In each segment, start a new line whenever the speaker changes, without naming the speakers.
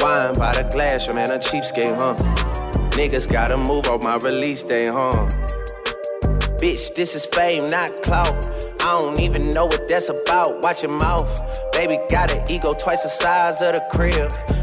Wine by the glass, your man a cheapskate, huh? Niggas gotta move on my release day, huh? Bitch, this is fame, not clout. I don't even know what that's about. Watch your mouth. Baby got an ego twice the size of the crib.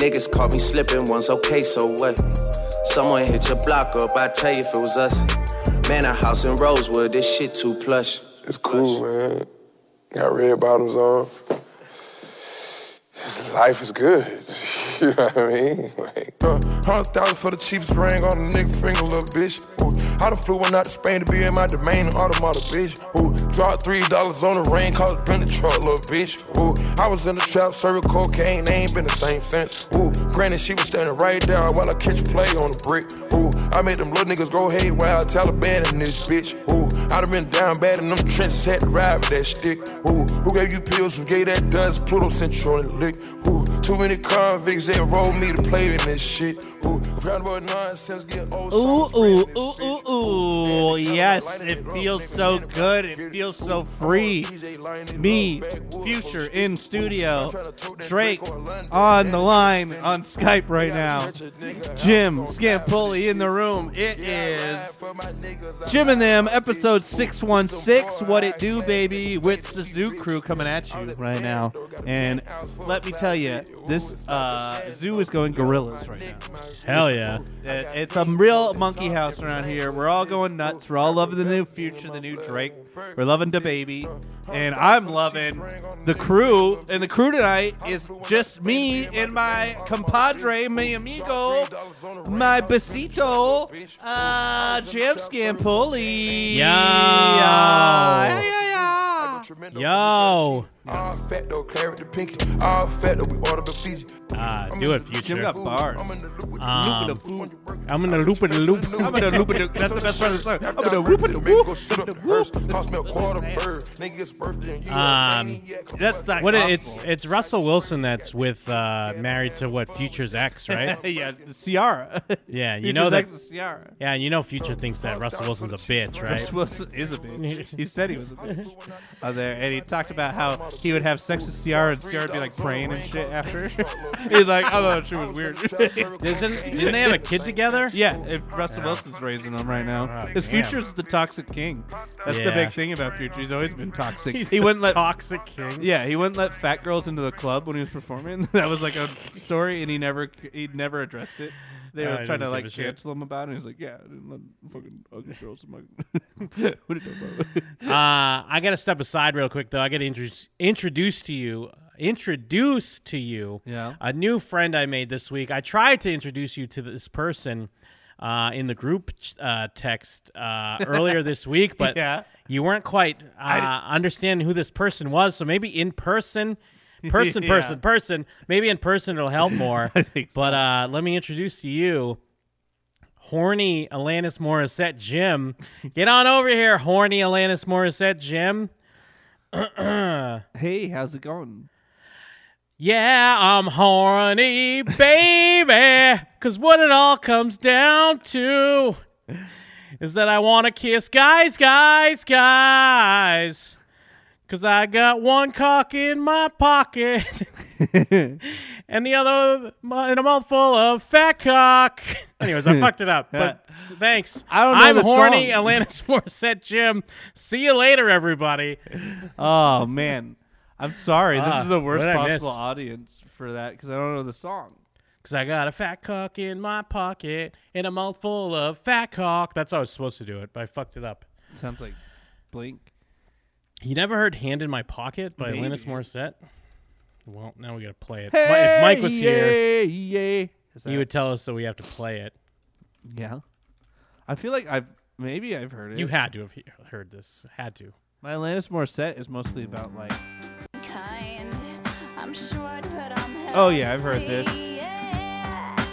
Niggas caught me slipping once, okay, so what? Someone hit your block up, I tell you if it was us. Man, a house in Rosewood, this shit too plush.
It's cool, man. Got red bottoms on. Life is good. you know what I mean? Like,
Hundred thousand for the cheapest ring on a nigga finger, little bitch. Ooh, I done flew one out to Spain to be in my domain, an automata, bitch. Ooh, dropped three dollars on the ring, called it been the truck, little bitch. Ooh, I was in the trap, serving cocaine, they ain't been the same since. Ooh, granted she was standing right there while I catch play on the brick. Ooh, I made them little niggas go haywire, Taliban in this bitch. Ooh, I done been down bad in them trenches, had to ride with that stick. Ooh, who gave you pills? Who gave that dust? Pluto sent you on the lick. Ooh, too many convicts that rolled me to play in this shit. Ooh, round about nonsense, get old.
Ooh,
songs,
ooh,
friends,
ooh,
this bitch.
ooh, ooh.
Ooh,
Yes,
light it
it
up,
feels
nigga,
so
light it
good.
up,
It
get
feels
it.
so
Ooh,
free.
DJ lighting it up,
Me,
backwoods,
Future
oh,
in
shit.
studio.
I'm tryna tote that
Drake
Drake or London,
on the
man.
line on Skype right
Yeah,
now.
Richard, nigga,
Jim
I'm gon'
Scampoli in the room. It is Jim and them, episode 616. What it do, baby? Wits the Zoo crew coming at you right now. And let me tell you, this uh, zoo is going gorillas right now.
Hell yeah.
It- It's a real monkey house around here. We're all going nuts. We're all loving the new future, the new Drake. We're loving the baby, and I'm loving the crew. And the crew tonight is just me and my compadre, mi amigo, my besito, uh, Jam Scampoli.
Yo.
Yeah, yeah, yeah.
Yo.
All fat though, claret the pinky. All fat though, we order the Fiji.
Ah, do it, future.
Jim got bars.
I'm in the loop with the
Um,
loop with the food.
I'm in the loop with the loop.
I'm gonna loop it. That's the best part of the song. I'm gonna whoop it.
Man,
Whoop.
go sit up the hearse. Cost me a quarter bird. Nigga's birthday and you a
Um,
maniac.
That's not
What it,
gospel.
it's it's Russell Wilson that's with uh, married to what Future's ex, right?
yeah, Ciara.
Yeah, you know that.
Future's ex is Ciara.
Yeah, and you know Future thinks that Russell Wilson's a bitch, right?
Russell Wilson is a bitch. He said he was a bitch on there, and he talked about how he would have sex with Ciara, and Ciara would be like praying and shit after. He's like, I thought she was weird.
Didn't, didn't they have a kid together?
yeah, if Russell Wilson's raising him right now,
Oh,
his
damn.
future's the toxic king. That's the
Yeah.
big thing about future. He's always been toxic.
He's
he
the
wouldn't let
toxic king.
yeah, he wouldn't let fat girls into the club when he was performing. that was like a story, and he never he never addressed it. They
No,
were
Ah, he
trying
doesn't
to
give
like
a shit.
cancel him about it. And he's like, yeah, I didn't let fucking ugly girls in my. what did you know about?
Uh, I got to step aside real quick though. I got to introduce introduce to you introduce to you
Yeah.
a new friend I made this week. I tried to introduce you to this person uh, in the group uh, text uh, earlier this week, but
Yeah.
you weren't quite uh, understanding who this person was. So maybe in person. Person,
Yeah.
person, person. Maybe in person it'll help more.
think
But uh, let me introduce to you horny Alanis Morissette Jim. Get on over here, horny Alanis Morissette Jim.
Hey, how's it going?
Yeah, I'm horny, baby. Cause what it all comes down to is that I wanna kiss guys, guys, guys. Cause I got one cock in my pocket and the other mu- in a mouthful of fat cock. Anyways, I fucked it up. But s- thanks.
Uh, I don't know
I'm
the
horny,
song.
Alanis Morissette Jim. See you later, everybody.
Oh man, I'm sorry.
Ah,
this is the worst
what did I miss?
possible audience for that because I don't know the song.
Cause I got a fat cock in my pocket and a mouthful of fat cock. That's how I was supposed to do it, but I fucked it up.
sounds like Blink.
You never heard "Hand in My Pocket" by
Maybe.
Alanis Morissette? Well, now we gotta play it. Mi- if Mike was here,
yeah. Is that,
he would tell us that we have to play it.
yeah. I feel like I've maybe I've heard it.
You had to have he- heard this. Had to.
My Alanis Morissette is mostly about like
kind. I'm short, but I'm healthy.
Oh, yeah, I've heard this.
Yeah.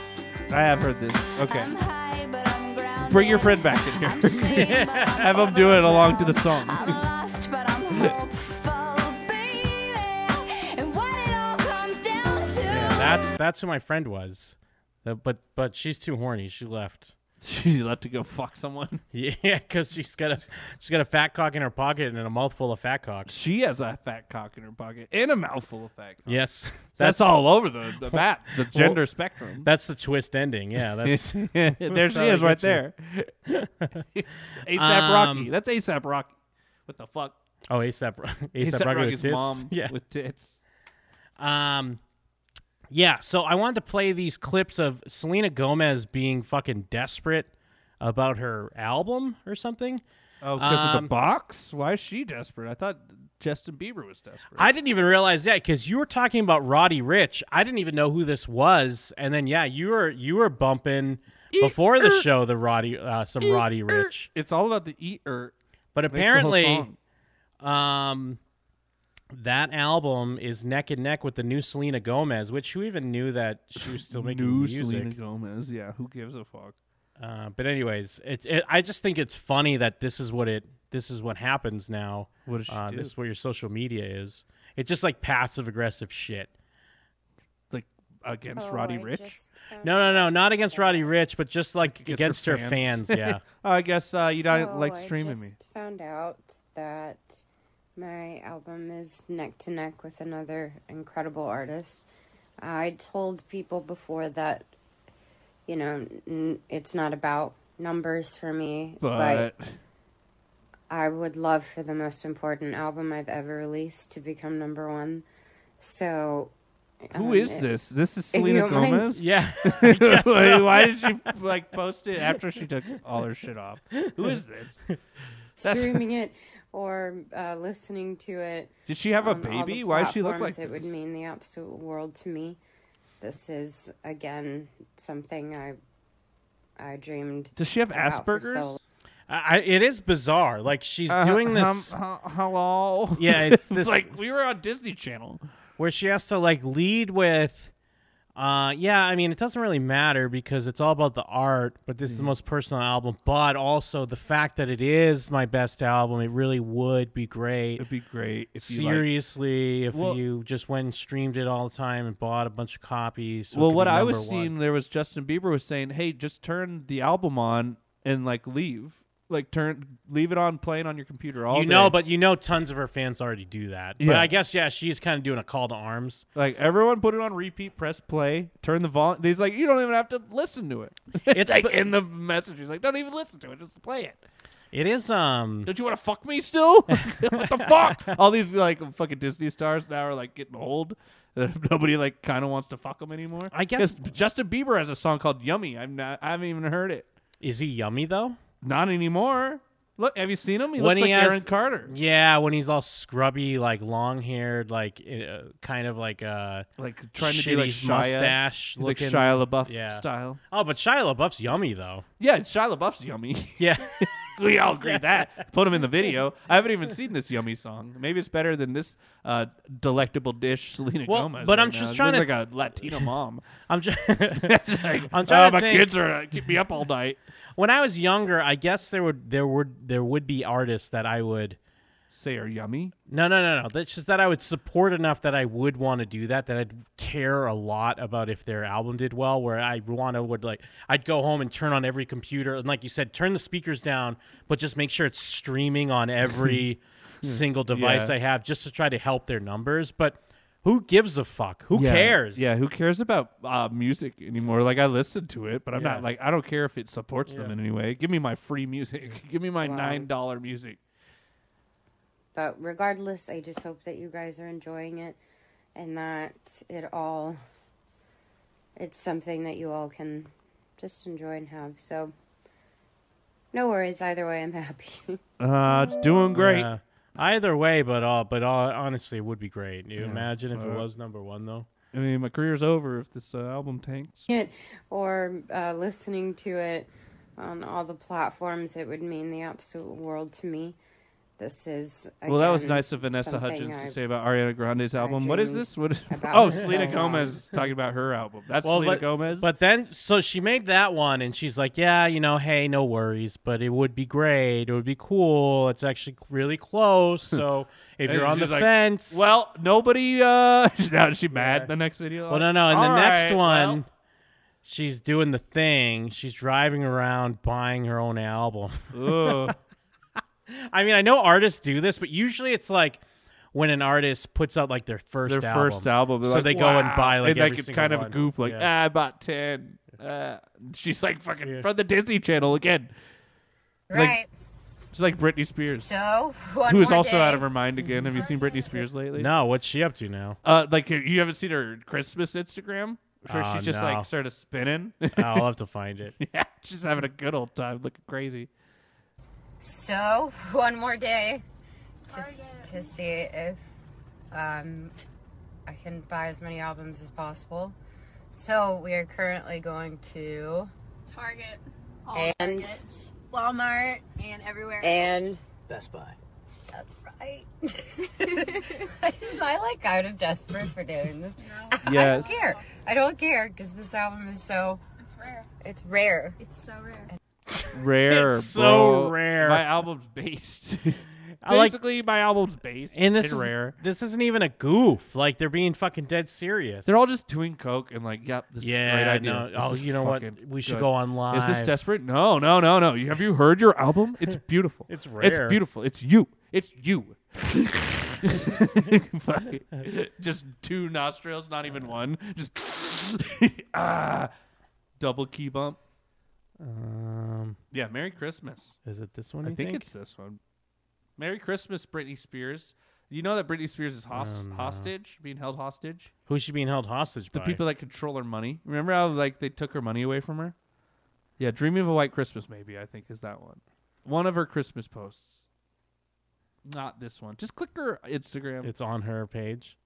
I have heard this. Okay,
I'm high, but I'm grounded.
bring your friend back in
I'm
here.
sane, but I'm
have him do it along to the song.
I'm lost, but I'm hopeful, baby. And what it all comes down to.
Yeah, that's that's who my friend was. Uh, But but she's too horny. She left.
she left to go fuck someone.
Yeah, because she's got a she's got a fat cock in her pocket and a mouthful of fat cock.
She has a fat cock in her pocket and a mouthful of fat cock.
Yes,
That's, all over the, the map, the gender spectrum.
That's the twist ending. Yeah, that's
there she
how
is
they
right
get you. Um,
there. ASAP Rocky. That's ASAP Rocky. What the fuck?
Oh, ASAP, ASAP Rocky
ASAP
with
Rocky's
tits.
mom
Yeah.
with tits.
Um, yeah. So I wanted to play these clips of Selena Gomez being fucking desperate about her album or something.
Oh, because of
Um,
the box? Why is she desperate? I thought Justin Bieber was desperate.
I didn't even realize that because you were talking about Roddy Rich. I didn't even know who this was, and then yeah, you were you were bumping before the show the Roddy uh, some Roddy Rich,
er. It's all about the eat or
but
makes the whole
apparently.
song.
Um, that album is neck and neck with the new Selena Gomez, which who even knew that she was still making
new
music.
Selena Gomez. Yeah, who gives a fuck?
Uh, but anyways, it's it, I just think it's funny that this is what it this is what happens now.
What does she
uh,
do?
This is what your social media is. It's just like passive aggressive shit.
Like against
Oh,
Roddy
I
Rich.
just-
No, no, no, not against Roddy Rich, but just like
Against her
against her
fans.
fans. Yeah,
Oh, I guess uh, you don't
So
like
I
streaming me.
just Found out that my album is neck to neck with another incredible artist. I told people before that, you know, n- it's not about numbers for me,
But
I would love for the most important album I've ever released to become number one. So,
who
um,
is
it-
this? This is
if you
Selena
don't mind-
Gomez.
yeah. I guess so.
Wait, why did she like post it after she took all her shit off? Who is this? That's-
Streaming it or uh, listening to it.
Did she have a
on all the
baby? Why does she look like
platforms,
this?
it would mean the absolute world to me. This is again something I I dreamed.
Does she have
about for so
Asperger's?
long.
I, I- it is bizarre. Like she's
Uh,
doing this.
hum- hu- hello.
Yeah, it's this-
like we were on Disney Channel.
where she has to like lead with uh yeah i mean it doesn't really matter because it's all about the art but this is the
Mm-hmm.
most personal album but also the fact that it is my best album it really would be great
It'd be great if you. Like,
seriously if
Well-
you just went and streamed it all the time and bought a bunch of copies so it
well,
could
what
be
I
number
was
one.
seeing there was Justin Bieber was saying, "Hey, just turn the album on and like leave, like turn leave it on playing on your computer all
you
day."
know but you know tons of her fans already do that but
Yeah.
i guess yeah she's kind of doing a call to arms
like everyone put it on repeat, press play, turn the volume. He's like, you don't even have to listen to it.
It's
It's like
bu-
in the message, he's like, don't even listen to it, just play it.
it is um
Don't you want to fuck me still? what the fuck? All these like fucking Disney stars now are like getting old. that Nobody like kind of wants to fuck them anymore.
I guess-
'Cause Justin Bieber has a song called "Yummy." I'm not. I haven't even heard it.
is he yummy though
Not anymore. Look, have you seen him? He
When
looks
he
like
has-
Aaron Carter,
Yeah, when he's all scrubby, like long haired, like uh, kind of like uh,
like trying to be
shitty
like Shia,
mustache
He's
looking.
like Shia LaBeouf
Yeah.
style.
Oh, but Shia LaBeouf's yummy though.
Yeah, Shia LaBeouf's yummy.
Yeah,
we all agree that. Put him in the video. I haven't even seen this yummy song. Maybe it's better than this uh, delectable dish Selena
Well,
Gomez.
but
right
I'm just
now. It
trying
looks
to-
like a Latina mom.
I'm just.
Like,
I'm trying
"Oh,
to
my
think.
kids are uh, keep me up all night.
when I was younger, I guess there would there would there would be artists that I would
say are yummy.
No, no, no, no. That's just that I would support enough that I would want to do that. That I'd care a lot about if their album did well. Where I want to would like, I'd go home and turn on every computer and, like you said, turn the speakers down, but just make sure it's streaming on every single device
Yeah.
I have, just to try to help their numbers. But who gives a fuck? Who
Yeah.
cares?
Yeah, who cares about uh, music anymore? Like I listen to it, but I'm not like I don't care if it supports them in any way. Give me my free music. Give me my
Wow.
nine dollar music.
But regardless, I just hope that you guys are enjoying it and that it all it's something that you all can just enjoy and have. So no worries either way, I'm happy.
Uh, doing great.
Yeah. Either way, but uh, but uh, honestly, it would be great. You imagine if it was number one though.
uh, I mean, my career's over if this uh, album tanks.
it or uh, listening to it on all the platforms, it would mean the absolute world to me. This is
Well, that was
again,
nice of Vanessa
something
Hudgens
I-
to say about Ariana Grande's album. What is
dreamed
this? What is,
about
oh,
for so
Selena
long.
Gomez is talking about her album. That's Selena
but,
Gomez.
But then, so she made that one, and she's like, "Yeah, you know, hey, no worries, but it would be great. It would be cool. It's actually really close. So if
Hmm. And
you're on the
she's like,
fence,
well, nobody. Uh, now is she mad? in The next video.
well, no, no. In the
All
next
right,
one,
well,
she's doing the thing. She's driving around buying her own album.
Ugh.
I mean, I know artists do this, but usually it's like when an artist puts out like their first
their
album.
first album.
so
They're like,
they go and
"Wow."
buy like
and,
every
it's
single
kind of
one.
a goof. Like
Yeah.
ah, I bought ten. Uh, she's like fucking from the Disney Channel again. Right. She's like Britney Spears,
So,
who is also out of her mind again. Have you seen Britney Spears lately?
no, what's she up to now?
Uh, like you haven't seen her Christmas Instagram where
Oh,
she's just
no. Oh,
like sort of spinning.
I'll have to find it.
yeah, she's having a good old time, looking crazy.
So, one more day just to see if
um, I can buy as many albums as possible. So we are currently going to
Target, all
And-
Targets, Walmart, and everywhere.
and
That's right.
am I like out of desperate for doing this?
Yes.
I don't care. I don't care because this album is so
It's rare.
it's rare.
It's so rare.
Rare,
It's so
bro.
rare.
My album's based.
I like-
Basically, my album's based
And this is,
rare.
This isn't even a goof. Like they're being fucking dead serious.
They're all just doing coke and like, yep, this
yeah.
is a great idea.
no.
This
oh,
is
you know what?
fucking
We should
good.
go on live.
Is this desperate? No, no, no, no. You- Have you heard your album? It's beautiful.
It's rare.
It's beautiful. It's you. It's you. Fucking- just two nostrils, not even one. Just ah, double key bump.
Um,
Yeah, Merry Christmas.
is it this one?
I
you
think, it's this one. Merry Christmas, Britney Spears. You know that Britney Spears is hos-
no.
hostage, being held hostage.
who's she being held hostage
The
by?
people that control her money. Remember how like they took her money away from her? Yeah, Dreaming of a White Christmas maybe, I think is that one. One of her Christmas posts. Not this one. Just click her Instagram.
It's on her page.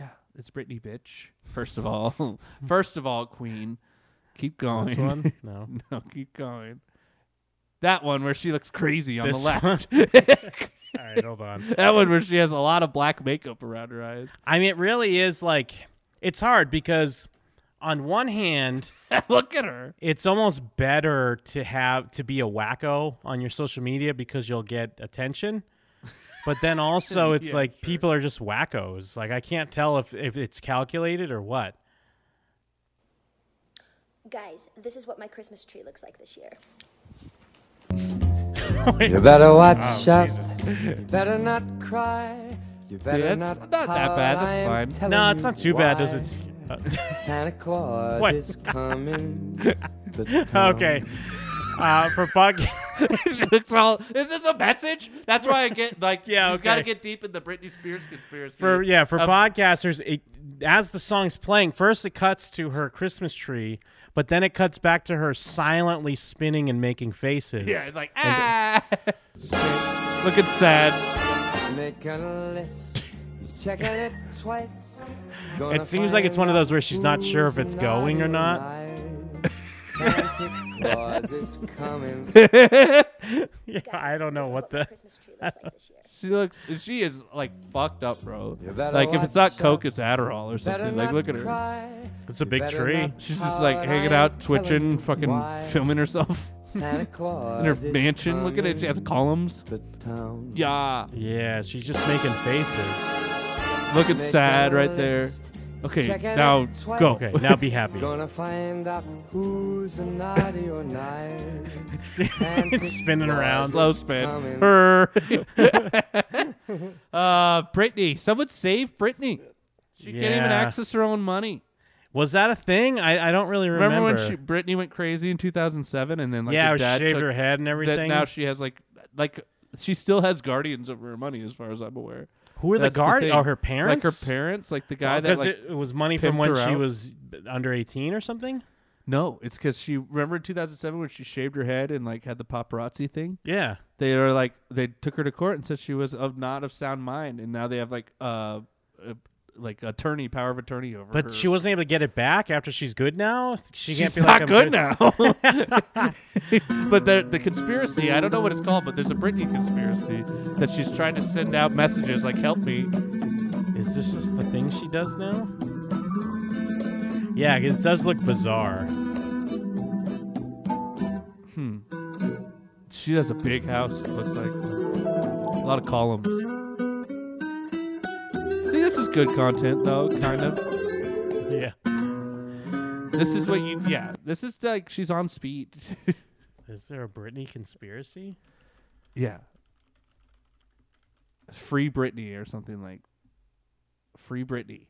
yeah, it's Britney bitch. First of all. First of all, Queen. Keep going.
This one? No.
no, keep going. That one where she looks crazy on
This
the left.
All right, hold on.
that one where she has a lot of black makeup around her eyes.
I mean, it really is like it's hard because on one hand,
Look at her.
it's almost better to have to be a wacko on your social media because you'll get attention. But then also, it's
Yeah,
like people are just wackos. Like I can't tell if if it's calculated or what.
Guys, this is what my Christmas tree looks like this year.
You better
Oh,
watch out. You better not cry. You
See,
better
that's
not.
not that bad.
howl. I am
That's
telling
fine.
No, it's not
you
too bad.
why
Does it? Uh,
Santa Claus
What?
is coming. to
Uh,
town.
okay. Uh, for podcast,
she looks all. Is this a message? That's why I get like.
Yeah,
you gotta
okay.
get deep in the Britney Spears conspiracy.
for yeah, for
Um,
podcasters, it, as the song's playing, first it cuts to her Christmas tree, but then it cuts back to her silently spinning and making faces.
yeah, like ah, looking sad.
He's making a list. He's checking it twice. He's gonna
It seems like it's
find
one of those
out
where she's not sure if
who's
it's going or not.
alive. Santa Claus is coming.
Yeah,
Guys,
I don't know
this is
what
what my
the.
Christmas tree looks like this year.
She looks. She is like fucked up, bro.
You better
Like if it's
watch
not Coke,
out.
it's Adderall or
Better
something. Like
not
look at her.
cry.
It's a
You
big
better
tree.
not
She's just
howl,
like
and
hanging
I'm
out,
telling
twitching,
you
fucking
why.
filming herself.
Santa Claus.
in her
is
mansion looking at, at the
coming
columns.
to town.
Yeah.
Yeah, she's just making faces.
Looking sad right there. Okay, now go.
Okay, now be happy.
He's gonna find out who's a naughty or nice. Santa
It's spinning around.
Claus
Slow
is
spin.
coming.
Her. uh, Brittany. Someone save Brittany. She can't even
Yeah.
access her own money.
Was that a thing? I, I don't really remember.
Remember, when she Brittany went crazy in 2007, and then like
yeah,
her
or she
dad
shaved
took-
her head and everything.
That now she has like like she still has guardians over her money, as far as I'm aware.
Who are the
That's
guard?
thing.
oh, her parents?
Like her parents, like the guy that
Because
like
it, it was money from
pimped
when
her
she
out?
was under 18 or something?
no, it's because she remember in 2007 when she shaved her head and like had the paparazzi thing.
Yeah.
They are like they took her to court and said she was of not of sound mind, and now they have like uh, uh like attorney power of attorney over.
But
her.
she wasn't able to get it back after she's good now? She can't
She's
be
not
like, I'm
good, now. but the the conspiracy, I don't know what it's called, but there's a Britney conspiracy that she's trying to send out messages like "Help me."
Is this just the thing she does now? Yeah, it does look bizarre.
Hmm. She has a big house. It looks like a lot of columns. See, this is good content though, kind of.
Yeah.
This is what you, yeah. This is like she's on speed.
Is there a Britney conspiracy?
yeah. Free Britney or something like. Free Britney.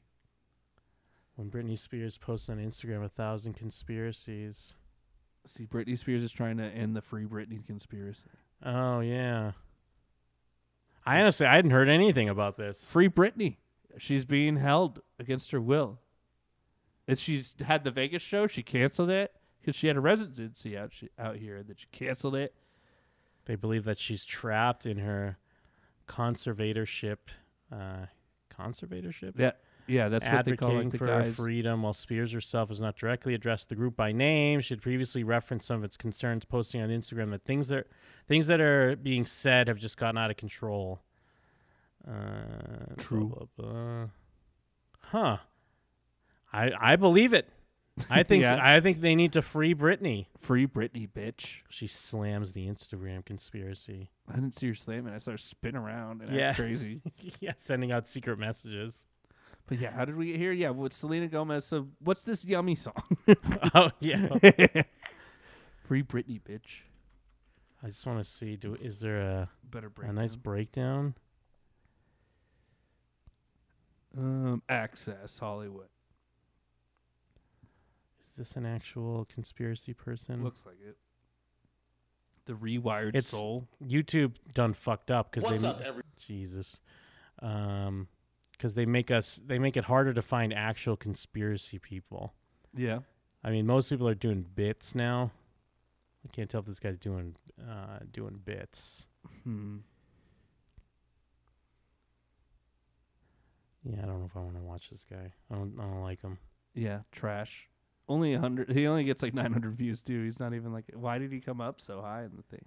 When Britney Spears posts on Instagram a thousand conspiracies.
See, Britney Spears is trying to end the Free Britney conspiracy.
Oh yeah. I honestly I hadn't heard anything about this.
Free Britney. She's being held against her will. And she's had the Vegas show. She canceled it because she had a residency out she, out here. That she canceled it.
They believe that she's trapped in her conservatorship. Uh, conservatorship.
Yeah, yeah, that's what they
advocating
call like the
for her
guys.
freedom while Spears herself has not directly addressed the group by name. She had previously referenced some of its concerns, posting on Instagram that things that things that are being said have just gotten out of control. Uh, blah,
True.
blah, blah. Huh. I I believe it. I think
Yeah.
I think they need to free Britney.
Free Britney, bitch!
She slams the Instagram conspiracy.
I didn't see her slamming. I saw her spin around and
Yeah.
act crazy.
yeah, sending out secret messages.
But yeah, how did we get here? Yeah, with Selena Gomez. So what's this yummy song?
oh yeah.
Free Britney, bitch.
I just want to see. Do is there a
Better break.
a nice breakdown?
um, access Hollywood.
Is this an actual conspiracy person?
Looks like it. The rewired
It's-
soul.
YouTube done fucked up because they up, every- Jesus, um, because they make us they make it harder to find actual conspiracy people.
Yeah.
I mean, most people are doing bits now. I can't tell if this guy's doing uh, doing bits.
Hmm.
Yeah, I don't know if I want to watch this guy. I don't, I don't like him.
Yeah, trash. Only a hundred. He only gets like nine hundred views too. He's not even like. Why did he come up so high in the thing?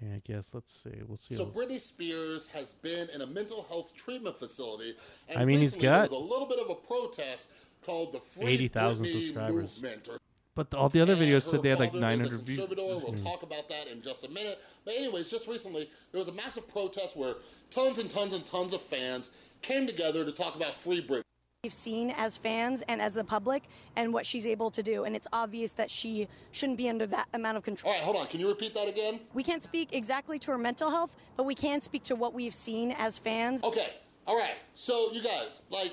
Yeah, I guess let's see. We'll see.
So
what-
Britney Spears has been in a mental health treatment facility, and
I mean, he's
recently
got
there was a little bit of a protest called the Free
80,000
Britney
subscribers.
Movement. Or
But the, all the other
and
videos said
her
they had like
father is
nine
a
hundred views. Mm-hmm. Hmm.
conservator, and We'll talk about that in just a minute. But anyways, just recently there was a massive protest where tons and tons and tons of fans came together to talk about free Britney.
we've seen as fans and as the public and what she's able to do. And it's obvious that she shouldn't be under that amount of
All
control.
right, hold on. Can you repeat that again?
We can't speak exactly to her mental health, but we can speak to what we've seen as fans.
Okay. All right. So you guys like.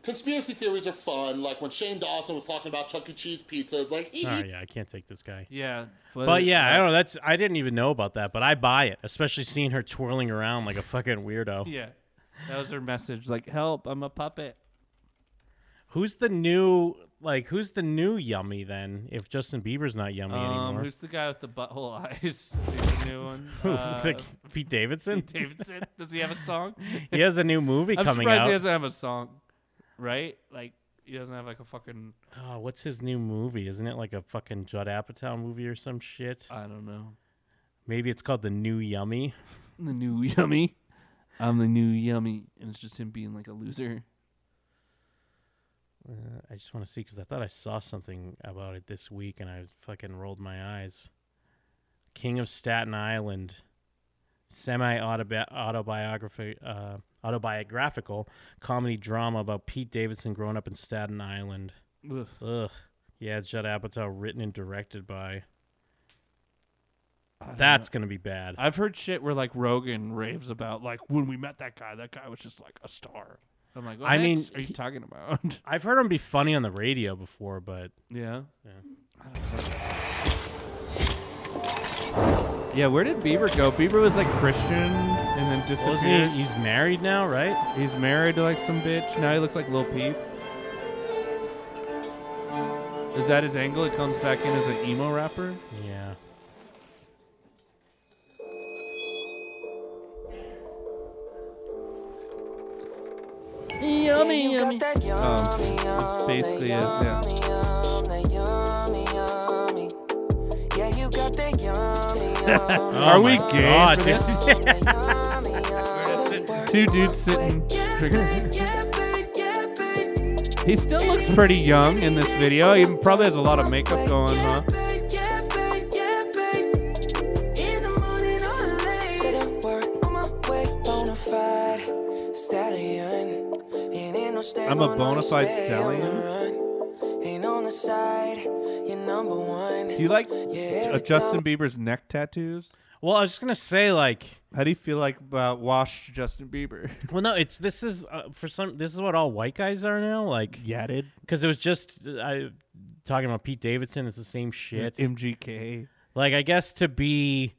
Conspiracy theories are fun. Like when Shane Dawson was talking about Chuck E. Cheese pizza, it's like,
Oh, yeah, I can't take this guy.
Yeah,
But yeah, I don't know. That's I didn't even know about that, but I buy it, especially seeing her twirling around like a fucking weirdo.
Yeah, that was her message. Like, help! I'm a puppet.
Who's the new like who's the new yummy then if Justin Bieber's not yummy
Um,
anymore?
who's the guy with the butthole eyes? He's the new one.
Who,
Uh,
like Pete Davidson?
Pete Davidson. Does he have a song?
he has a new movie
I'm
coming
surprised
out.
he doesn't have a song. Right? Like he doesn't have like a fucking.
oh, what's his new movie? Isn't it like a fucking Judd Apatow movie or some shit?
I don't know.
Maybe it's called The New Yummy.
The new yummy. I'm the new yummy, and it's just him being like a loser.
Uh, I just want to see because I thought I saw something about it this week and I fucking rolled my eyes. King of Staten Island, semi autobiography, uh, autobiographical comedy drama about Pete Davidson growing up in Staten Island.
Ugh.
Yeah, Judd Apatow, written and directed by.
don't
That's gonna be bad.
I've heard shit where like Rogan raves about like when we met that guy, that guy was just like a star. I'm like, what
I mean,
are you
he-
talking about?
I've heard him be funny on the radio before, but
Yeah.
Yeah, where did Bieber go? Bieber was like Christian and then
he-
disappeared.
he's married now, right?
He's married to like some bitch. Now he looks like Lil Peep. Is that his angle? It comes back in as an emo rapper.
Yeah.
Yummy, yummy. Um,
basically is, yeah.
Yeah, you got that yummy.
Are we
my
gay
God,
for
dude.
this? Two dudes sitting. drinking.
He still looks pretty young in this video. He probably has a lot of makeup going, huh?
Stallion. Ain't in no state,
I'm a bona fide
stay on the
stallion.
run. Ain't on the side. You're number one.
Do you like
Yeah,
uh, Justin Bieber's neck tattoos?
Well, I was just gonna say like,
how do you feel like about washed Justin Bieber?
Well, no, it's this is uh, for some. This is what all white guys are now. Like,
yeah, dude.
Because it was just uh, I talking about Pete Davidson. It's the same shit.
MGK.
Like, I guess to be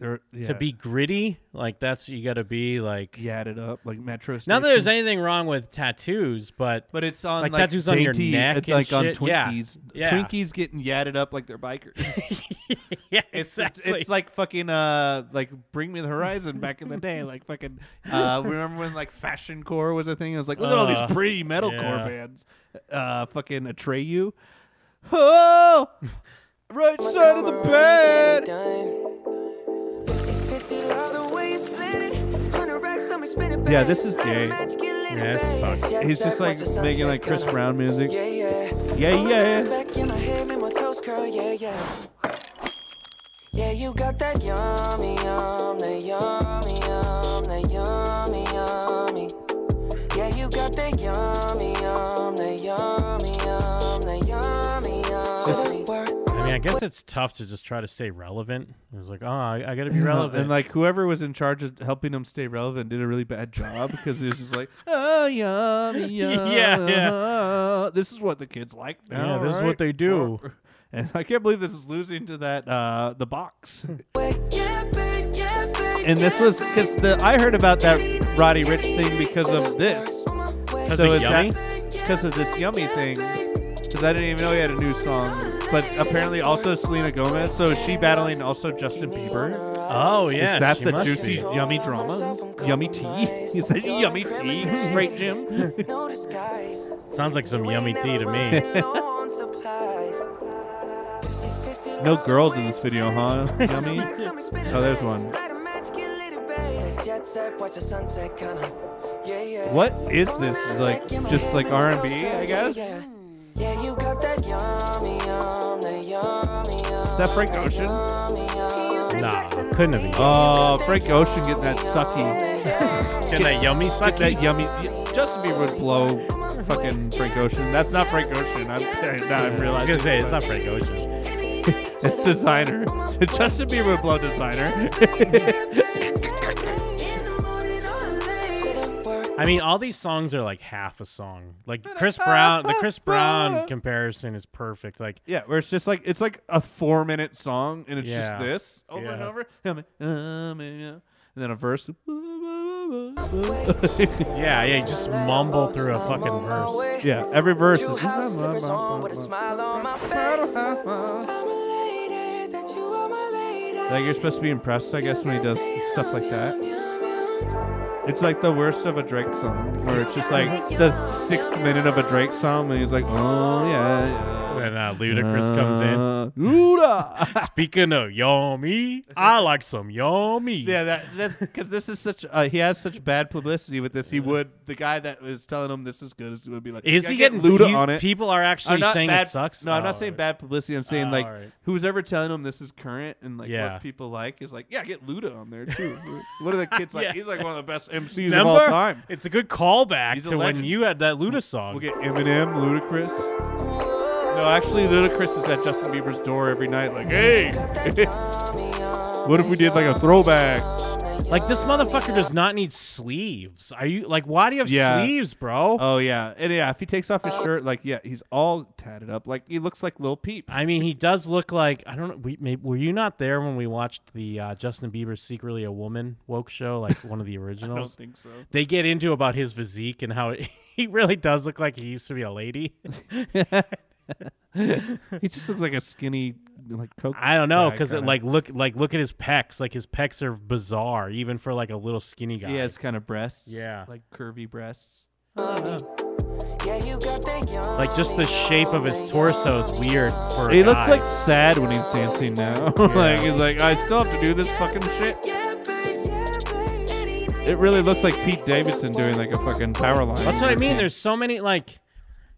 yeah.
to be gritty, like that's you got to be like
yadded up, like Metro.
Not that there's anything wrong with tattoos, but
But it's on
like,
like
tattoos on your
dainty-
neck,
it's
and
like on
shit. Yeah.
Twinkies.
Yeah.
Twinkies getting yadded up like they're bikers.
yeah,
it's
exactly.
it's like fucking uh like Bring Me the Horizon back in the day. Like fucking uh remember when like fashion core was a thing? It was like look at all
Uh,
these pretty metalcore
yeah.
bands. Uh, fucking Atreyu. Oh,
Oh
right side of the bed.
50 love the way you split it. 100 racks on me, spin it back.
Yeah, this is gay.
Yeah,
it sucks. He's just like making like Chris Brown music.
Yeah, yeah.
Yeah,
All the
yeah.
bands back in my head, make my toes curl, yeah, yeah. Yeah, you got that yummy, yum, that yummy, yum, that yummy, yummy. Yeah, you got that yummy, yum, that yummy, yum, that yummy, yummy.
I mean, I guess it's tough to just try to stay relevant. It was like, oh, I, I got to be
Yeah,
relevant.
And like whoever was in charge of helping him stay relevant did a really bad job because it was just like, oh, yummy, yum,
Yeah, yeah.
uh, This is what the kids like now.
Yeah, this is
right?
what they do.
And I can't believe this is losing to that uh, the box. and this was because the I heard about that Roddy Rich thing because of this.
'Cause of Yummy?
because of this yummy thing? Because I didn't even know he had a new song. But apparently also Selena Gomez. So is she battling also Justin Bieber?
Oh, yeah,
Is that
she
the
must
juicy
be.
yummy drama? Yummy tea? Is that yummy tea? Straight Jim?
Sounds like some yummy tea to me.
no girls in this video, huh? yummy. Oh, there's one.
The jet set, watch the sunset, kinda. Yeah, yeah.
What is this? Is like just like R and B, I guess. Is
Yeah, you got that yummy, yum, that yummy, yum.
that Frank Ocean?
Nah, couldn't have been.
Oh, Frank Ocean getting that sucky.
Getting that yummy sucky.
that yummy. y- Justin Bieber would blow fucking Frank Ocean. That's not Frank Ocean. I'm now I'm realizing.
gonna say, it's
but-
not Frank Ocean.
it's designer. Justin Bieber would blow designer.
I mean, all these songs are like half a song. Like Chris Brown, the Chris Brown comparison is perfect. Like,
yeah, where it's just like it's like a four minute song and it's
Yeah.
just this over and
Yeah.
over. um, Yummy, yummy, yum. And then a verse.
yeah, yeah, you just mumble through a fucking verse.
Yeah, every verse
You
is.
have slippers on with a smile on my face. I'm a lady that you are my lady.
Like you're supposed to be impressed, I guess, when he does stuff like that. It's like the worst of a Drake song, where it's just like the sixth minute of a Drake song, and he's like, "Oh yeah,
Then uh, Ludacris comes
Uh,
in. Speaking of yummy, I like some yummy.
Yeah, that because this is such uh, he has such bad publicity with this. He would the guy that was telling him this is good is would be like,
Is
"Yeah,
he
get
getting-
Luda
you-
on it?
people are actually
I'm not
saying it
bad,
sucks?
No, I'm
Oh,
not saying bad publicity. I'm saying
Oh,
like
alright.
who's ever telling him this is current and like
Yeah.
what people like is like yeah, get Luda on there too. what are the kids like?
Yeah.
He's like one of the best MCs of all
Remember?
time.
It's a good callback
He's a
to when
legend.
you had that Luda song.
We'll get Eminem, Ludacris. No, actually, Ludacris is at Justin Bieber's door every night, like, hey, what if we did like a throwback?
Like this motherfucker does not need sleeves. Are you like why do you have
Yeah.
sleeves, bro?
Oh yeah, and yeah, if he takes off his shirt, like, yeah, he's all tatted up, like he looks like Lil Peep.
I mean, he does look like I don't know. We, maybe, were you not there when we watched the uh, Justin Bieber secretly a woman woke show, like one of the originals?
think so.
They get into about his physique and how he really does look like he used to be a lady.
he just looks like a skinny, like Coke.
I don't know
guy,
because
kinda.
like look like look at his pecs. Like his pecs are bizarre, even for like a little skinny guy.
he has kind of breasts,
Yeah.
like curvy breasts.
Yeah, you got that yummy.
Like just the shape of his torso is weird for a
He looks
guy.
like sad when he's dancing now. like he's like, I still have to do this fucking shit. It really looks like Pete Davidson doing like a fucking power line.
That's what I mean.
routine.
There's so many like.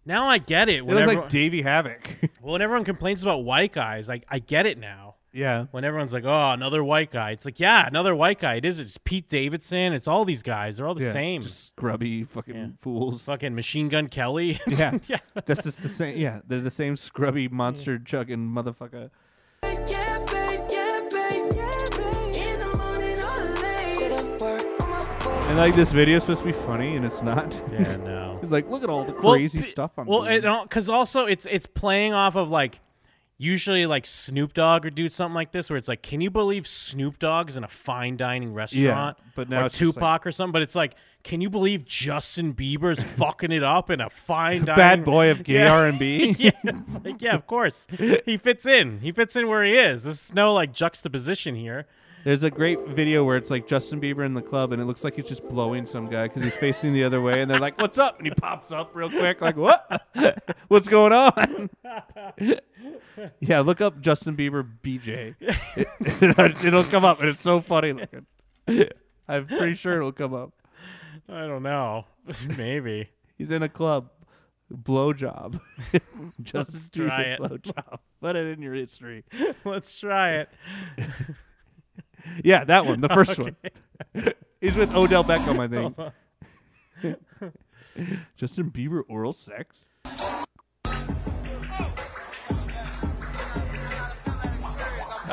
Now I get it.
It
when
looks
everyone-
like Davey Havoc.
Well, when everyone complains about white guys, like I get it now.
Yeah.
When everyone's like, "Oh, another white guy," it's like, "Yeah, another white guy." It is. It's Pete Davidson. It's all these guys. They're all the
Yeah,
same.
just scrubby fucking fools.
Fucking Machine Gun Kelly.
Yeah. That's just the same. Yeah, they're the same scrubby monster chugging motherfucker. And like this video is supposed to be funny, and it's not.
Yeah, no.
it's like, look at all the
Well,
crazy
p-
stuff I'm
well,
doing.
because also it's it's playing off of like usually like Snoop Dogg or do something like this where it's like, can you believe Snoop Dogg's in a fine dining restaurant?
but now
or
it's just
Tupac or something. But it's like, can you believe Justin Bieber's fucking it up in a fine dining?
Bad boy of gay
Yeah.
R&B.
yeah, it's like yeah, of course he fits in. He fits in where he is. There's no like juxtaposition here.
There's a great video where it's like Justin Bieber in the club, and it looks like he's just blowing some guy because he's facing the other way, and they're like, "What's up?" And he pops up real quick, like, "What? What's going on?" yeah, look up Justin Bieber BJ. It, will come up, and it's so funny looking. I'm pretty sure it'll come up.
I don't know. Maybe.
He's in a club, blowjob. Justin
Let's try
Bieber
it.
blowjob. Put it in your history.
Let's try it.
Yeah, that one, the first
Okay.
one. He's with Odell Beckham, I think.
Hold
Justin Bieber oral sex?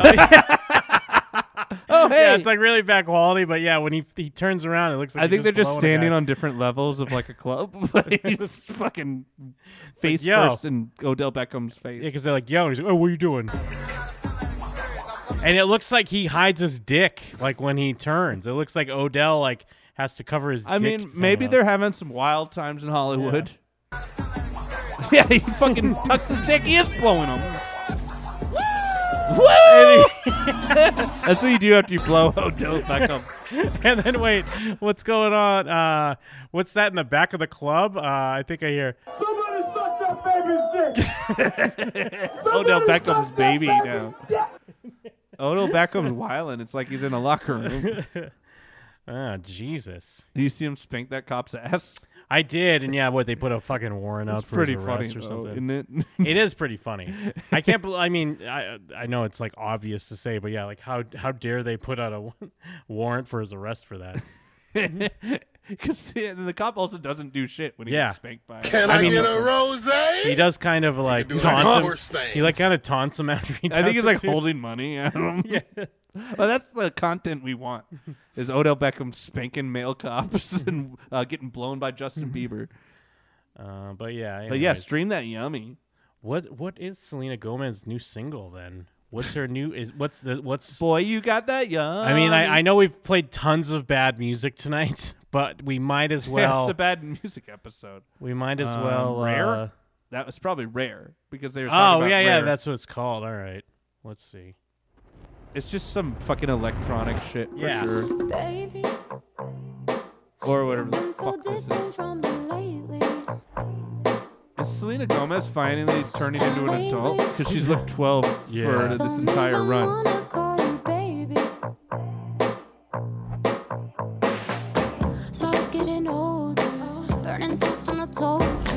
oh hey!
Yeah, it's like really bad quality, but yeah, when he he turns around, it looks like
I
he's
think they're just
blowing a
standing
guy.
on different levels of like a club. Like, he's fucking face
yo.
first in Odell Beckham's face.
Yeah, because they're like, yo, he's like, oh, what are you doing? And it looks like he hides his dick, like when he turns. It looks like Odell like has to cover his.
I
dick
mean, maybe
somehow.
they're having some wild times in Hollywood. Yeah, he fucking tucks his dick. He is blowing him. Woo! That's what you do after you blow Odell Beckham.
and then wait, what's going on? Uh, what's that in the back of the club? Uh, I think I hear.
Odell Beckham's baby now. Odell Beckham's wilding. It's like he's in a locker room.
Ah, Jesus.
Do you see him spank that cop's ass?
I did, and yeah, what they put a fucking warrant out
It's
for
pretty
his
funny,
arrest or
though,
something.
isn't
it? it is pretty funny. I can't. bel I mean, I I know it's like obvious to say, but yeah, like how how dare they put out a wa- warrant for his arrest for that?
Because the cop also doesn't do shit when he
Yeah.
gets spanked by.
Can I I mean, get a
rose?
He does kind of like
do
taunt him.
worse things.
He like kind of taunts him after he.
I
does
think he's
it,
like
too.
holding money. I don't know.
Yeah.
well, that's the content we want. Is Odell Beckham spanking male cops and uh, getting blown by Justin Bieber?
Mm-hmm. Uh, but yeah,
But yeah,
anyways.
stream that yummy.
What what is Selena Gomez's new single then? What's her new is what's the what's
boy you got that yummy.
I mean I, I know we've played tons of bad music tonight, but we might as well
That's the bad music episode.
we might as
Um,
well
rare.
uh,
that was probably rare because they were.
Oh
Talking
yeah
about
yeah
Rare.
that's what it's called. All right, let's see.
It's just some fucking electronic shit for
Yeah.
sure,
Baby,
or whatever the
been so
fuck this is.
distant from me lately.
It's Selena Gomez finally turning into an adult? Because she's looked 12
Yeah.
for this entire run.
So I was getting older, burning toast on the toaster.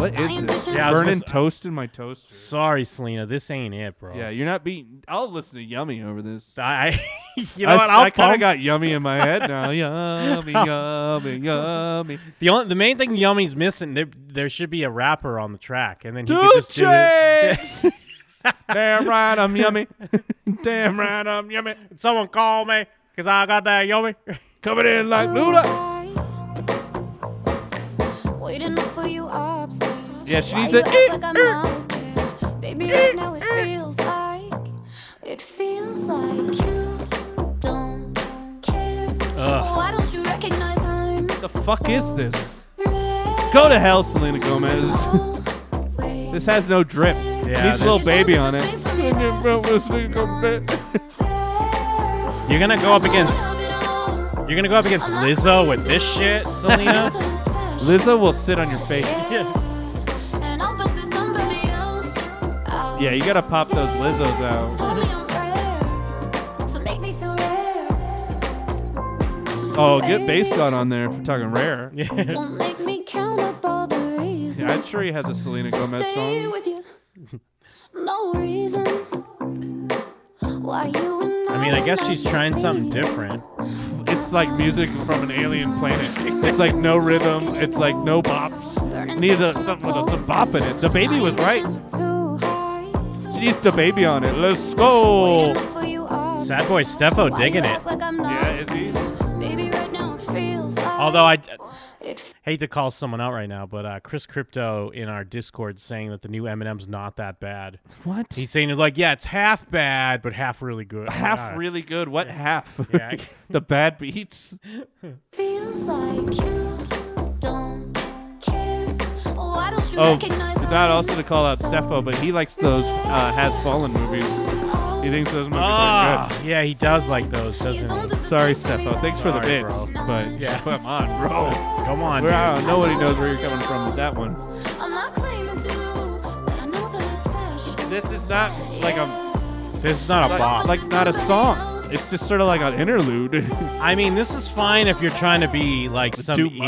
What is this?
Yeah, I was
Burning
just-
toast in my toaster.
Sorry, Selena. This ain't it, bro.
Yeah, you're not beating. I'll listen to Yummy over this.
I, you know
I,
what? I'll
kind of
pump-
got Yummy in my head now. yummy, yummy, yummy.
The only, the main thing Yummy's missing, there there should be a rapper on the track, and then he
Two
could just
chains!
do this.
Damn right, I'm yummy. Damn right, I'm yummy.
Um, Someone call me, cause I got that yummy.
Coming in like noodle.
Waiting up for you upstairs.
Yeah, she
Why
needs
you
a-
act like I'm out there? Baby, right now it feels like it feels like you don't care.
Ugh.
Why don't you recognize I'm
The fuck is this? Go to hell, Selena Gomez. this has no drip.
Yeah,
Needs a little
this-
baby on it.
You're gonna go up against. You're gonna go up against Lizzo with this shit, Selena.
Lizzo will sit on your face.
and I'll bet there's somebody else out
Yeah, you gotta pop those Lizzos out.
to make me feel rare.
Oh, get bass gun on there if we're talking rare.
Don't make me count up all the reasons.
Yeah, I'm sure he has a Selena Gomez
Stay
song.
with you. No reason why you and
I mean, I guess she's trying something different.
It's like music from an alien planet. It's like no rhythm. It's like no bops. Needs a, something with a, some bop in it. The baby was right. She needs the baby on it. Let's go.
Sad boy Steffo digging it.
like I'm not.
Yeah, is he?
Baby, right now it feels like
Although I
it
hate to call someone out right now, but uh, Chris Crypto in our Discord saying that the new Eminem's not that bad.
What?
He's saying it's like, yeah, it's half bad, but half really good.
Half
Ah.
really good. What half?
Yeah.
the bad beats.
feels like you don't care. Why don't you
Oh,
recognize
not
I'm
also to call out Steffo, but he likes those uh, Has Fallen movies. He thinks those movies are
Ah, yeah, he does like those, doesn't he?
good. Sorry, Steffo. Thanks for the
Sorry,
bits,
bro.
but
Yeah.
come on, bro.
Come on,
We're- I
dude.
don't- nobody knows where you're coming from with that one.
I'm not claiming to, but I know that I'm special.
This is not like a
This is not a
like,
bop.
like not a song. It's just sort of like an interlude.
I mean, this is fine if you're trying to be like some
two
indie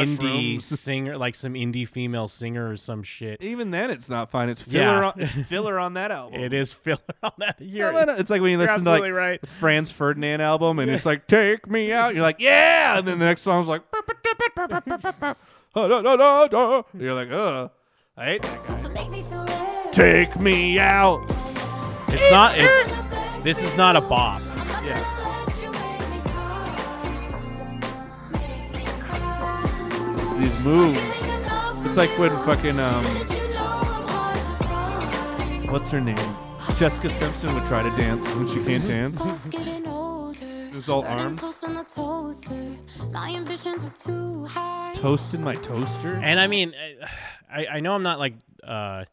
mushrooms.
singer, like some indie female singer or some shit.
Even then, it's not fine. It's filler.
Yeah.
On, it's filler on that album.
It is filler on that. You're,
It's like when you
you're
listen to like
absolutely right.
the Franz Ferdinand album, and it's like "Take Me Out." You're like, "Yeah," and then the next song's like, "Ah, da, da, da, da." "You're like, ugh, I hate that guy." Take me out.
It's not. It's this is not a bop.
These moves. It's like when fucking um, what's her name? Jessica Simpson would try to dance when she can't dance.
Getting older,
It was all arms.
toast on the toaster. My ambitions were too high.
Toast in my toaster.
And I mean, I, I know I'm not like, uh,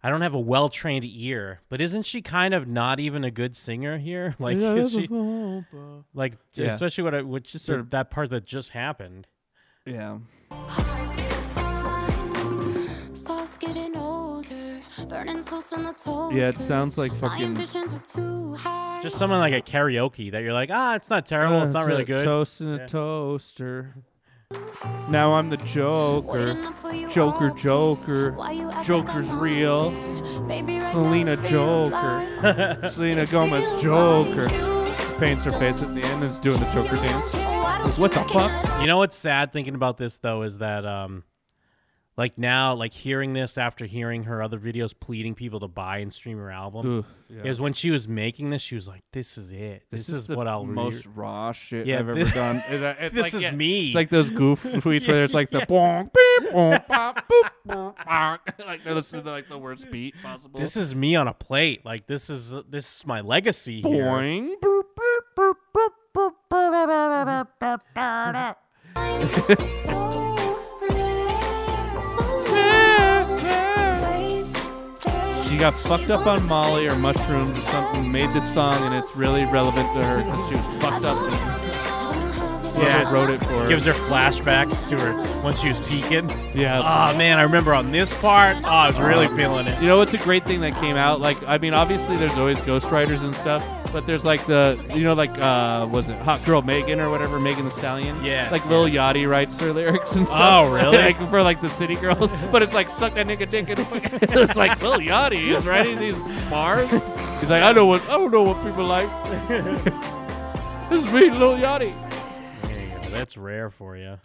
I don't have a well trained ear, but isn't she kind of not even a good singer here? Like, is she, like
Yeah.
especially what I, what just
Sort of-
that part that just happened.
Yeah.
Sauce getting older, burning toast on the toaster.
Yeah, it sounds like
My
fucking.
ambitions were too high.
Just someone like a karaoke that you're like, ah, it's not terrible, it's not really good.
Toast in a
Yeah.
toaster. Now I'm the Joker. Joker, Joker. Joker's real. Selena Joker. Selena Gomez Joker. Paints her face at the end and is doing the Joker dance. What the fuck?
You know what's sad thinking about this though is that um like now like hearing this after hearing her other videos pleading people to buy and stream her album
Ugh, yeah.
is when she was making this she was like this is it this,
This is the
what I'll re-
most raw shit
Yeah,
I've ever
this-
done. It- uh, it's
this
like,
is
yeah,
me
It's like those goof tweets where it's like the bonk, beep, bonk, pop, boop, bonk, bonk. Like they're listening to like the worst beat possible.
this is me on a plate like this is this is my legacy here.
boing. She got fucked up on Molly or mushrooms or something, made this song, and it's really relevant to her because she was fucked up.
whoever wrote it for her.
Gives her flashbacks to her when she was peaking.
Yeah.
Oh man, I remember on this part. Oh, I was really feeling it.
You know, it's a great thing that came out. Like, I mean, obviously there's always ghostwriters and stuff, but there's like the, you know, like uh, was it Hot Girl Megan or whatever, Megan the Stallion?
Yes,
Like Lil Yachty writes her lyrics and stuff.
Oh, really?
like for like the city girls, but it's like suck that nigga dick. And it's like Lil Yachty is writing these bars. He's like, I know what I don't know what people like. this is me, Lil Yachty.
There you go. That's rare for you.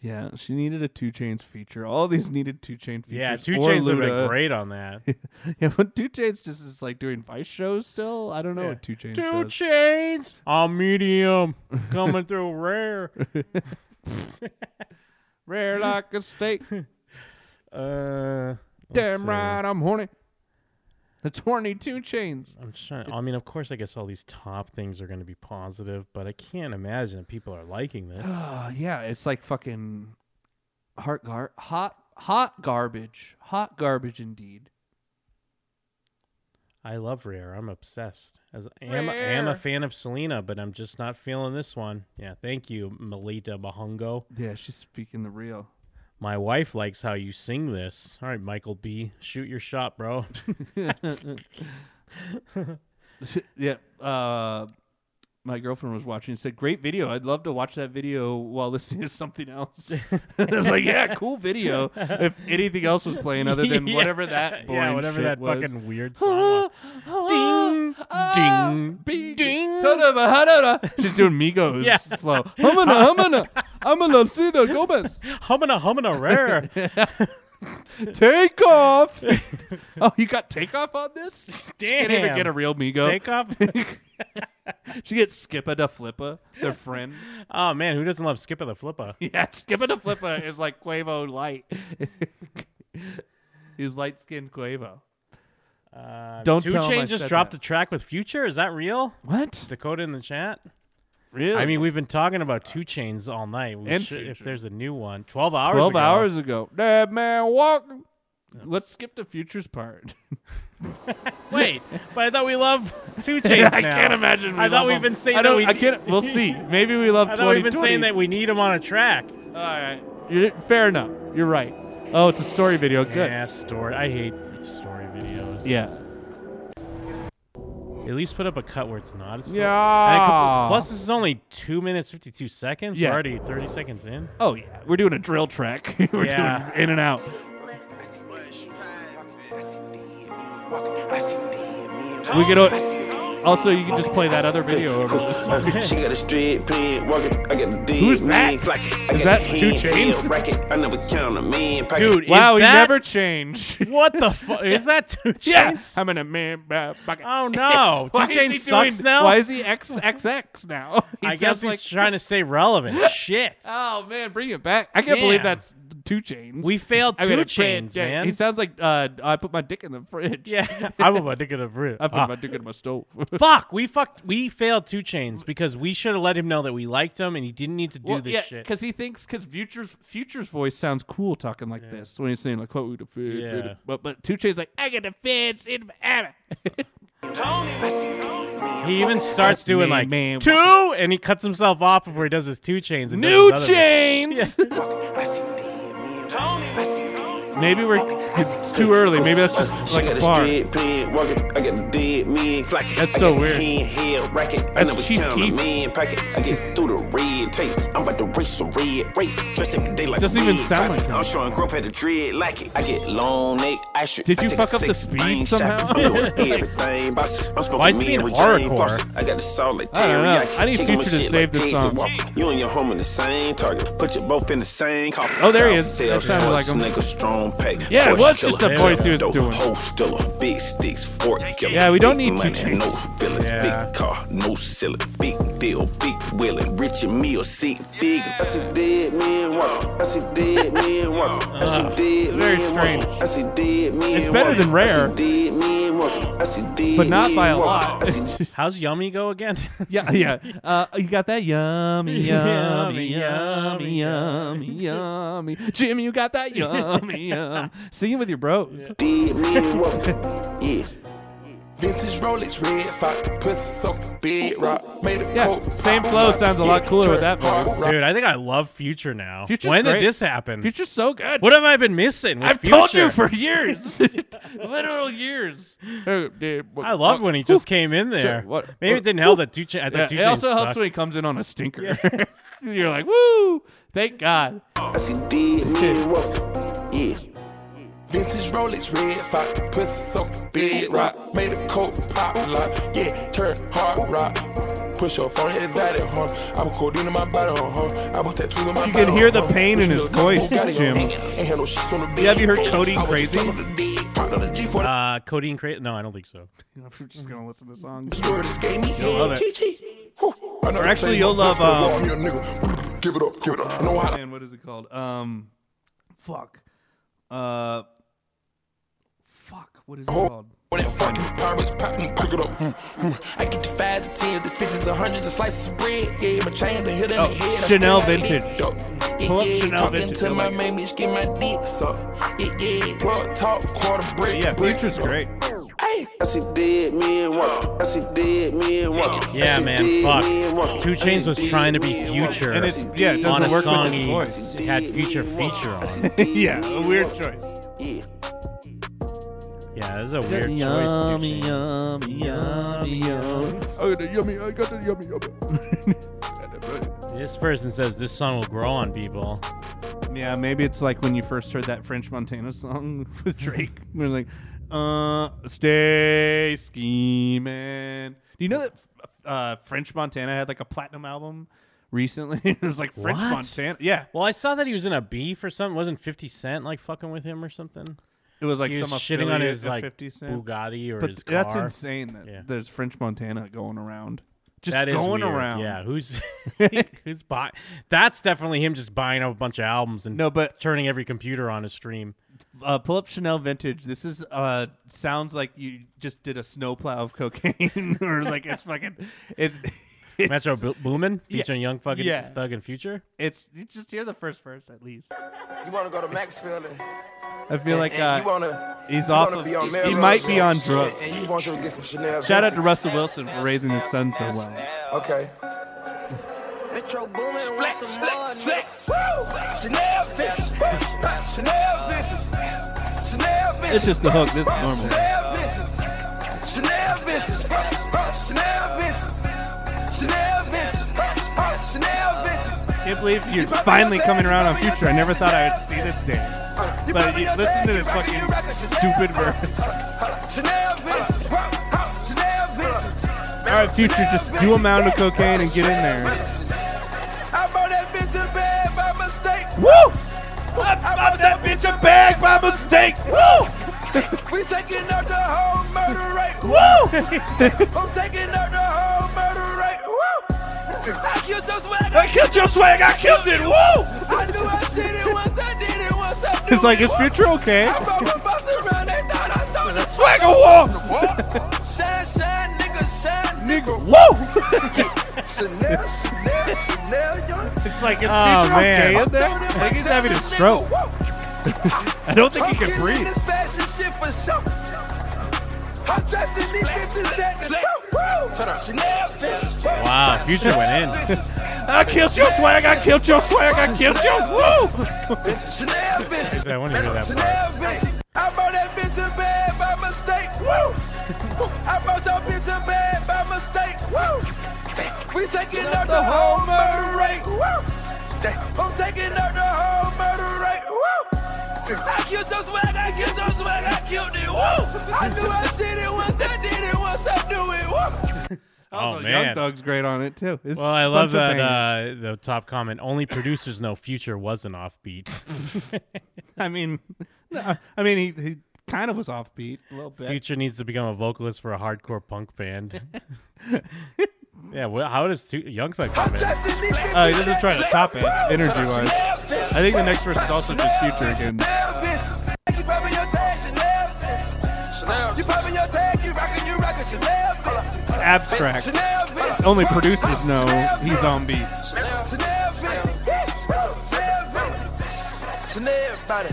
Yeah, she needed a two chains feature. All these needed two chain features.
Yeah, Two
or
Chainz would've been
Luda.
great on that.
yeah, but two chains just is like doing vice shows still. I don't know what two chains
Two
does.
chains on medium coming through rare.
Rare like a steak.
Uh,
Damn
see.
right, I'm horny. That's horny two chains.
I'm trying. I mean, of course, I guess all these top things are going to be positive, but I can't imagine if people are liking this.
yeah, it's like fucking heart gar- hot hot garbage. Hot garbage indeed.
I love Rare. I'm obsessed. As I am, I am a
Rare.
fan of Selena, but I'm just not feeling this one. Yeah, thank you, Melita Mahungo.
Yeah, she's speaking the real.
My wife likes how you sing this. All right, Michael B, shoot your shot, bro.
yeah. Uh, my girlfriend was watching and said, Great video. I'd love to watch that video while listening to something else. I was like, Yeah, cool video. If anything else was playing other than
Yeah.
whatever that boring
yeah, whatever
shit
that
was.
fucking weird song
Oh,
was.
Ah,
ding, ding, ding.
She's doing Migos
Yeah.
flow. Humana, humana, humana, Cena Gomez.
Humana, humana, rare.
Take off. oh, you got takeoff on this? She can't even
Damn.
get a real Migo.
Takeoff?
she gets Skippa da Flippa, their friend.
Oh man, who doesn't love Skipper the Flipper?
Yeah, Skippa da Flippa is like Quavo light. He's light skinned Quavo.
Uh,
Don't
Two
tell 'em I
Chainz just
said
dropped
that.
a track with Future. Is that real?
What?
Dakota in the chat.
Really?
I mean, we've been talking about Two Chains all night. We
And
should- if
Future.
there's a new one, twelve hours.
12
ago.
hours ago. That man walking. Let's skip the futures part.
Wait, but I thought we love Two Chains.
I can't imagine. we
I thought
love
we've
them.
been saying
I
that
don't-
we.
I can't. We'll see. Maybe we love.
I thought we've been
2020.
saying that we need them on a track.
All right. You're, fair enough. You're right. Oh, it's a story video. Good.
Yeah, story. I hate story videos.
Yeah.
At least put up a cut where it's not. A story.
Yeah.
And a couple- plus, this is only two minutes fifty-two seconds.
Yeah.
We're already thirty seconds in.
Oh yeah. We're doing a drill track. We're
Yeah.
doing in and out. We could al- also you can just play that other video over this song.
She got a straight pin, walking. I got the
Who's Uh-huh. that? Is that Two Chainz?
Racket. I never count a man. pocket.
Dude,
wow,
is
he
that-
never changed.
What the fuck is that? Two Chains?
Yeah, I'm in a man. ba- bucket.
Oh no,
Why
Two
is he
Chains sucks
doing-
now.
Why is he XXX now? He
I
sounds
guess he's trying to stay relevant. Shit.
Oh man, bring it back! I can't believe
Damn.
that's two chains.
We failed
I mean,
Two
a friend,
Chainz,
yeah,
man.
He sounds like uh, I put my dick in the fridge.
Yeah, I'm about to get a rib.
I put
Ah.
my dick in my stove.
Fuck, we fucked. We failed Two Chains because we should have let him know that we liked him and he didn't need to do
Well,
this
yeah,
shit.
because he thinks because future's future's voice sounds cool talking like this when he's saying like what would the food,
Yeah.
but but two chains like I get the feds in Miami.
He even starts doing
Man,
like
man,
two, and he cuts himself off before he does his two chains. And does
New
his other one.
chains. Maybe we're it's too early. Maybe that's just
She
like
got
a
a
bar.
straight pin, walking. I got the dead man. Flacket.
That's
I
so
got the
weird.
hand, hand, racket.
That's
I never
Chief
count a
Keef.
man. Pocket. I get through the red tape. I'm about to race a red race. Dressed every day like
Doesn't
a
even
red
sound
pocket.
like him.
I'm showing grump had a dread like it. I get long neck. I should.
Did
I
you
take
fuck up the
six
speed
things
somehow?
shot. I'm doing everything, boss. I'm
Why
smoking
is it being
Mary Jane
hardcore?
Foster. I got the solid
I don't know.
teriyaki.
I need
Kick 'em
Future
and
to
shit
save
like
this
Jason
song.
Walker. You and your homie in the same target. Put you both in the same coffin.
Oh, there he is. That sounded like him.
Nigga, strong pack.
Yeah, it
Horse
was just
killer.
a voice he was doing.
Whole still a big sticks, fork killer.
Yeah, we don't
Big
need two
money,
chains.
No feelings, big car, no silly, big deal, big willing, rich and meal, sick big. I see dead men walking. I see dead men walking. I
Ugh,
see dead
Uh, very
men
strange.
walking. I see dead men
It's better
walking.
than rare.
I see dead men walking. I see dead
But not
men
by a
walking.
lot.
I see
How's Yummy go again?
Yeah, yeah. Uh, you got that yummy, yummy,
Yummy,
yummy, yummy, yummy. Jim, you got that yummy, yum. Singing with your bros.
dead men walking. Yeah.
This is Rolex red fox, pussy soaked big rock. Made a
Yeah,
coat.
same flow sounds a lot cooler with that voice.
Dude, I think I love Future now.
Future's
when
great.
did this happen?
Future's so good.
What have I been missing? with
I've told you
Future?
for years, literal years.
I love when he just came in
Sure,
there.
what-
Maybe
what-
it didn't help that Duche. I
Yeah,
thought Duche
it also
sucked.
helps when he comes in on a stinker. You're like, woo! Thank God.
Yeah. Vintage Rolex red fox, pussy soaked big rock. Made a coat pop lock, yeah, turn hard rock. Push up on his side, huh? I'm cold in my body, huh? I was tattooed on my
You can
body,
hear the
huh?
pain in his voice, Jim. Yeah, have you heard Cody Crazy?
Uh, Cody and Creighton? No, I don't think so.
I'm just gonna listen to songs.
You'll love it.
Or
actually, you'll love. Um,
Give it up, give it up. No, I
Man, what is it called? Um, fuck. Uh, fuck. What is it
Oh.
called?
All that fucking pirates poppin', pick it up. Mm, mm. I get the fives, the tens, the fifties, the hundreds, the slices of bread. Yeah, my chains, the hit in
Oh,
the head. I
Chanel
still got
Vintage.
it up. Yeah,
Pull up
yeah,
Chanel
talkin'
Vintage,
to
I
my
like it.
main bitch, get my dick sucked. Yeah, yeah. Plug, talk, quarter brick. Yeah, future's
great.
Hey,
I see dead men walking. I see dead men walking. I
Yeah,
see
man.
dead men
Fuck.
walking.
Two Chains was trying to be Future
And it's- yeah, it doesn't
on a
work with
song
his
he
voice.
had Future feature on.
yeah, a weird choice.
Yeah, this is a weird choice.
Yummy, yummy, yummy, yummy.
I got the yummy, I got the yummy, yummy.
This person says this song will grow on people.
Yeah, maybe it's like when you first heard that French Montana song with Drake. We're like, uh, stay scheming. Do you know that uh, French Montana had like a platinum album recently? it was like French
What?
Montana. Yeah,
Well, I saw that he was in a beef or something. Wasn't Fifty Cent like fucking with him or something?
it was like
he
some
was shitting on
affiliate
his
of
like
50 Cent.
Bugatti or
But
his car.
that's insane that
Yeah.
there's French Montana going around. Just
That is
going
weird.
around.
Yeah, who's who's buying? That's definitely him just buying up a bunch of albums and
No, but-
turning every computer on his stream.
Uh, pull up Chanel Vintage. This is uh sounds like you just did a snowplow of cocaine, or like it's fucking it. It's,
Metro Bo- Boomin
Yeah.
featuring Young fucking
Yeah.
Thug and Future.
It's you just hear the first verse at least.
You want to go to Maxfield and
I feel
and-
like
and
uh,
you wanna,
he's
you
off
wanna
of.
be on
He
Melrose
might be on
and-
drugs.
And you want to get some Chanel.
Shout out to
Vintage.
Russell Wilson for raising his son so well.
Okay.
Metro booming.
Splat, splat, splat. Woo! Chanel Vintage. Woo! Chanel Vintage. Chanel Vintage.
It's just the hook. This is normal.
Chanel Vintage. Chanel Vintage. Woo! Woo! Chanel Vintage. Chanel Vintage. Woo! Woo! Chanel Vintage.
Can't believe you're finally coming around on Future. I never thought I would see this day. But you listen to this fucking stupid verse.
Chanel Vintage. Woo! Woo! Chanel Vintage.
All right, Future, just do a mound of cocaine and get in there.
I bought that bitch a bag by mistake.
Woo!
I bought that bitch a bag by mistake. Woo! we taking out the whole murder rate. Woo! I'm taking out the whole murder rate. Woo! I killed your swag. I killed your swag. I killed it. Woo! I knew I did it once. I did it once. I knew
It's like, is Future okay?
I bought my boss around. They thought I stole the
Swagger walk.
Shine, shine, nigga, shine.
Nigga, whoa!
Chanel, Chanel, Chanel, young.
It's like, is Future
Oh,
okay
man.
in there? I think he's having a stroke. I don't think he can breathe.
This fashion shit for sure. I'm dressing these bitches at the top. Woo! Chanel bitch.
Wow, Future went in.
I killed your swag. I killed your swag. I killed your. Woo!
Chanel bitch.
I want to hear that part.
Chanel bitch. I bought that bitch a bag by mistake. Woo! I bought your bitch a bag by mistake. Woo! We taking out the whole murder rate. Woo! I'm taking out the whole murder rate. Woo! I killed your swag, I killed your swag, I killed it. Woo! I knew I did it once, I did it once, I knew it. Woo!
Oh
Young
man.
Thug's great on it too. It's
Well, I
a
love
bunch of
that uh, the top comment. Only producers know Future was an offbeat.
bangers. I mean, no, I mean, he, he kind of was offbeat a little bit.
Future needs to become a vocalist for a hardcore punk band. yeah, well, how does Tu- Young Thug come in?
Uh, he doesn't try to top it energy wise. I think the next verse is also just Future again.
You popping your tag, Chanel bitch. You popping your tag, you rocking, you rocking, Chanel bitch.
Abstract.
Chanel bitch.
Only producers know he's on beat.
Chanel bitch. Yeah. Chanel bitch. Chanel body.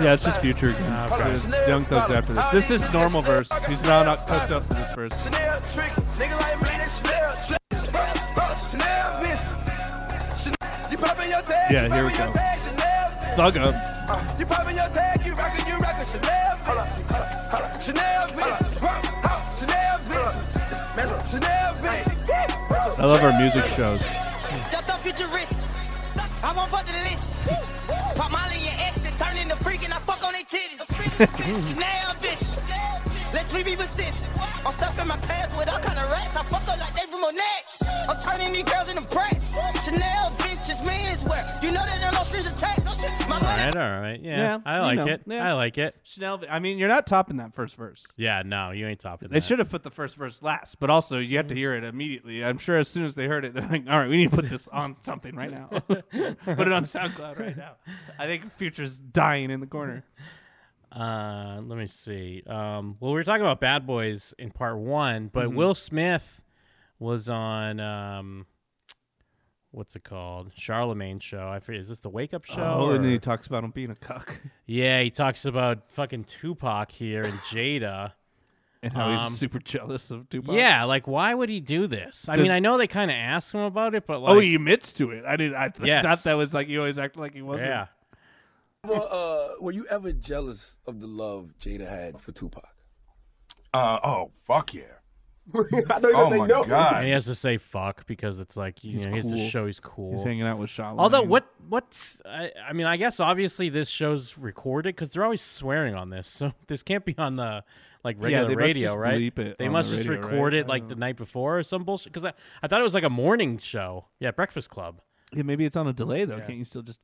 Yeah, it's just future. again.
Ah,
Hold on,
okay.
Snell,
Young Thug's after this. This is normal verse. He's not, not cooked up in this verse.
Chanel trick, nigga like me, they Chanel trick. Chanel bitch. Chanel- You poppin' your tag,
Yeah,
you
here we
poppin' your
go.
tag, Chanel.
Thugga.
Uh, You poppin' your tag, you rockin', you rockin' Chanel. Hold up, hold up, hold up. Chanel bitch. Rock, hop, Chanel bitch. Mess up, Chanel bitch. Yeah.
I love our music shows.
Just a futurist. I'm on fuck the list. Pop Molly and ex to turn into freak and I fuck on they titties. Snail bitch. Let's we be persistent. I'm stuffing my pants with all kind of rats. I fuck up like they from next. I'm turning these girls into brats. Chanel bitch is menswear. You know that there are no strings attached. My
All right, all right. Yeah, I
you
like
know,
it.
yeah.
I like it.
Chanel. I mean, you're not topping that first verse.
Yeah, Mm-hmm. no, you ain't topping
They
that.
should have put the first verse last, but also you have to hear it immediately. I'm sure as soon as they heard it, they're like, "All right, we need to put this on something right now. put it on SoundCloud right now." I think Future's dying in the corner.
Uh, let me see. Um, well, we were talking about Bad Boys in part one, but
Mhm.
Will Smith was on um, what's it called? Charlemagne show. I forget. Is this the Wake Up show?
Oh, and
or-
he talks about him being a cuck.
Yeah, he talks about fucking Tupac here and Jada. Um,
And how he's super jealous of Tupac.
Yeah, like why would he do this? I
Does-
mean, I know they kind of asked him about it, but like,
oh, he admits to it. I didn't. I th-
Yes.
thought that was like he always acted like he wasn't.
Yeah.
Well, uh, were you ever jealous of the love Jada had for Tupac?
Uh, oh, fuck yeah.
I
know you're gonna Oh say my no. God.
And he has to say fuck because it's like you
He's
know he has
cool.
to show he's cool.
He's hanging out with Charlamagne.
Although what what's I, I mean I guess obviously this show's recorded because they're always swearing on this, so this can't be on the like
Yeah,
regular
they must
radio,
just
right?
bleep it
they
on
must
the
just
radio,
record
right?
it like the night before or some bullshit. Because I, I thought it was like a morning show. Yeah, Breakfast Club.
Yeah, maybe it's on a delay though. Can't you still just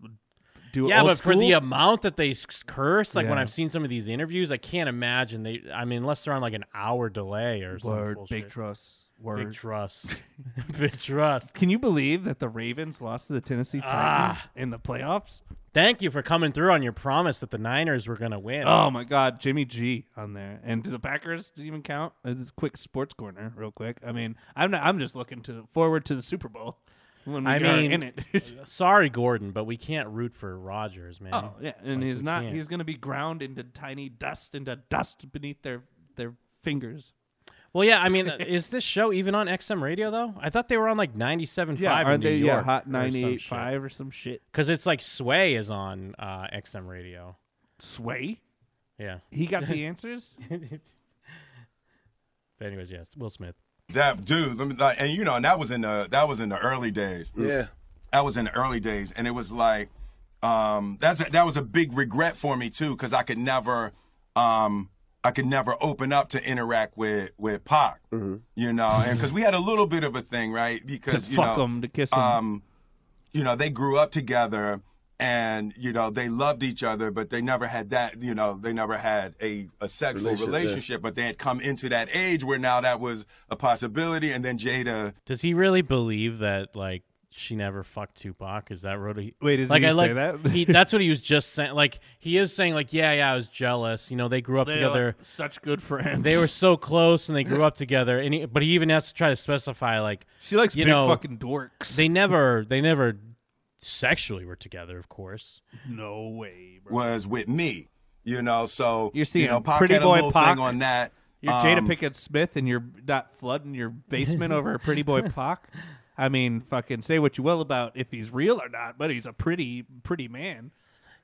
do?
yeah,
old
but for the
school?
amount that they s- curse, like when
Yeah.
I've seen some of these interviews, I can't imagine they. I mean, unless they're on like an hour delay or
Word,
something.
big trust.
Big
Word.
trust. big trust.
Can you believe that the Ravens lost to the Tennessee Titans
Ah.
in the playoffs?
Thank you for coming through on your promise that the Niners were going to win.
Oh my God, Jimmy G on there, and do the Packers didn't even count? Uh, This is a quick sports corner, real quick. I mean, I'm not, I'm just looking to forward to the Super Bowl when we
I
are
mean,
in it.
sorry, Gordon, but we can't root for Rogers, man.
Oh yeah, and
Like,
he's
we
not.
can't.
He's going to be ground into tiny dust, into dust beneath their their fingers.
Well, yeah. I mean, is this show even on XM radio though? I thought they were on like 97.5
Yeah,
in
aren't
New
they?
York.
yeah, hot ninety eight five or some shit.
Because it's like Sway is on uh, XM radio.
Sway.
Yeah.
He got the answers.
But anyways, yes, Will Smith.
That dude, let me like, and you know, and that was in the that was in the early days.
Yeah.
That was in the early days, and it was like, um, that's a, that was a big regret for me too, because I could never, um, I could never open up to interact with with Pac, you know, and because we had a little bit of a thing, right? Because you
fuck
know,
'em, to kiss 'em.
um, you know, they grew up together, and you know, they loved each other, but they never had that, you know, they never had a a sexual
Relationship,
relationship,
yeah.
but they had come into that age where now that was a possibility, and then Jada.
Does he really believe that like she never fucked Tupac? Is that really?
Wait, is
like
he
I
say
like
that?
he, that's what he was just saying. Like he is saying like yeah yeah I was jealous. You know they grew up
They are
together.
such good friends.
They were so close and they grew up together. And he, but he even has to try to specify like
She likes
you
big
know,
fucking dorks.
They never they never sexually were together, of course.
No way.
was with me, you know. So
You're seeing
you know, Pac
pretty
had a
boy
little
Pac
thing on that.
You're Jada
Um,
Pickett Smith, and you're not flooding your basement over a pretty boy Pac. I mean, fucking say what you will about if he's real or not, but he's a pretty, pretty man.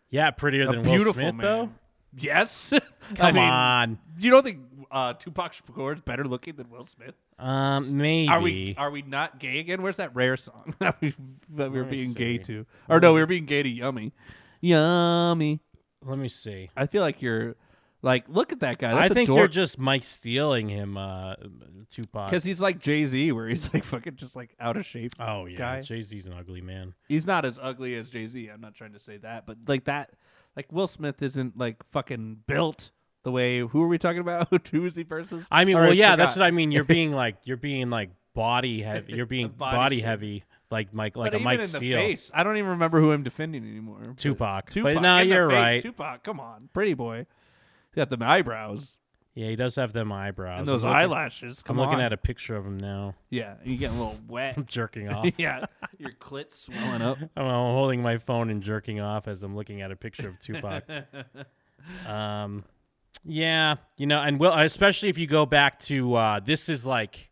Yeah, prettier
A
than Will
beautiful
Smith
man.
though.
Yes. I
Come
mean,
on.
You don't think uh, Tupac Shakur is better looking than Will Smith?
Um, maybe.
Are we are we not gay again? Where's that rare song that we that we were
Let me
being gay
see.
to? Or no, we were being gay to Yummy. Yummy.
Let me see.
I feel like you're like look at that guy.
I
That's
think
a dork.
you're just Mike stealing him, uh, Tupac.
because he's like Jay Z, where he's like fucking just like out of shape.
oh yeah,
guy.
Jay Z's an ugly man.
He's not as ugly as Jay Z. I'm not trying to say that, but like that, like Will Smith isn't like fucking built the way. Who are we talking about? Who is he versus?
I mean,
All
well,
right, uh,
yeah, that's what
forgot.
I mean. You're being like you're being like body heavy. You're being
Body
body,
shape.
heavy, like Mike, like
but
a
even
Mike
in
Steele.
the face, I don't even remember who I'm defending anymore. but-
Tupac. But
Tupac.
no,
in the
you're
face,
right.
Tupac, come on, pretty boy. He's got the eyebrows.
Yeah, he does have them eyebrows.
And those
I'm looking-
eyelashes, come
I'm looking
on.
at a picture of him now.
Yeah, you getting a little wet.
I'm jerking off.
yeah, your clit swelling up.
I'm I'm holding my phone and jerking off as I'm looking at a picture of Tupac. um, yeah, you know, and will especially if you go back to uh, this is like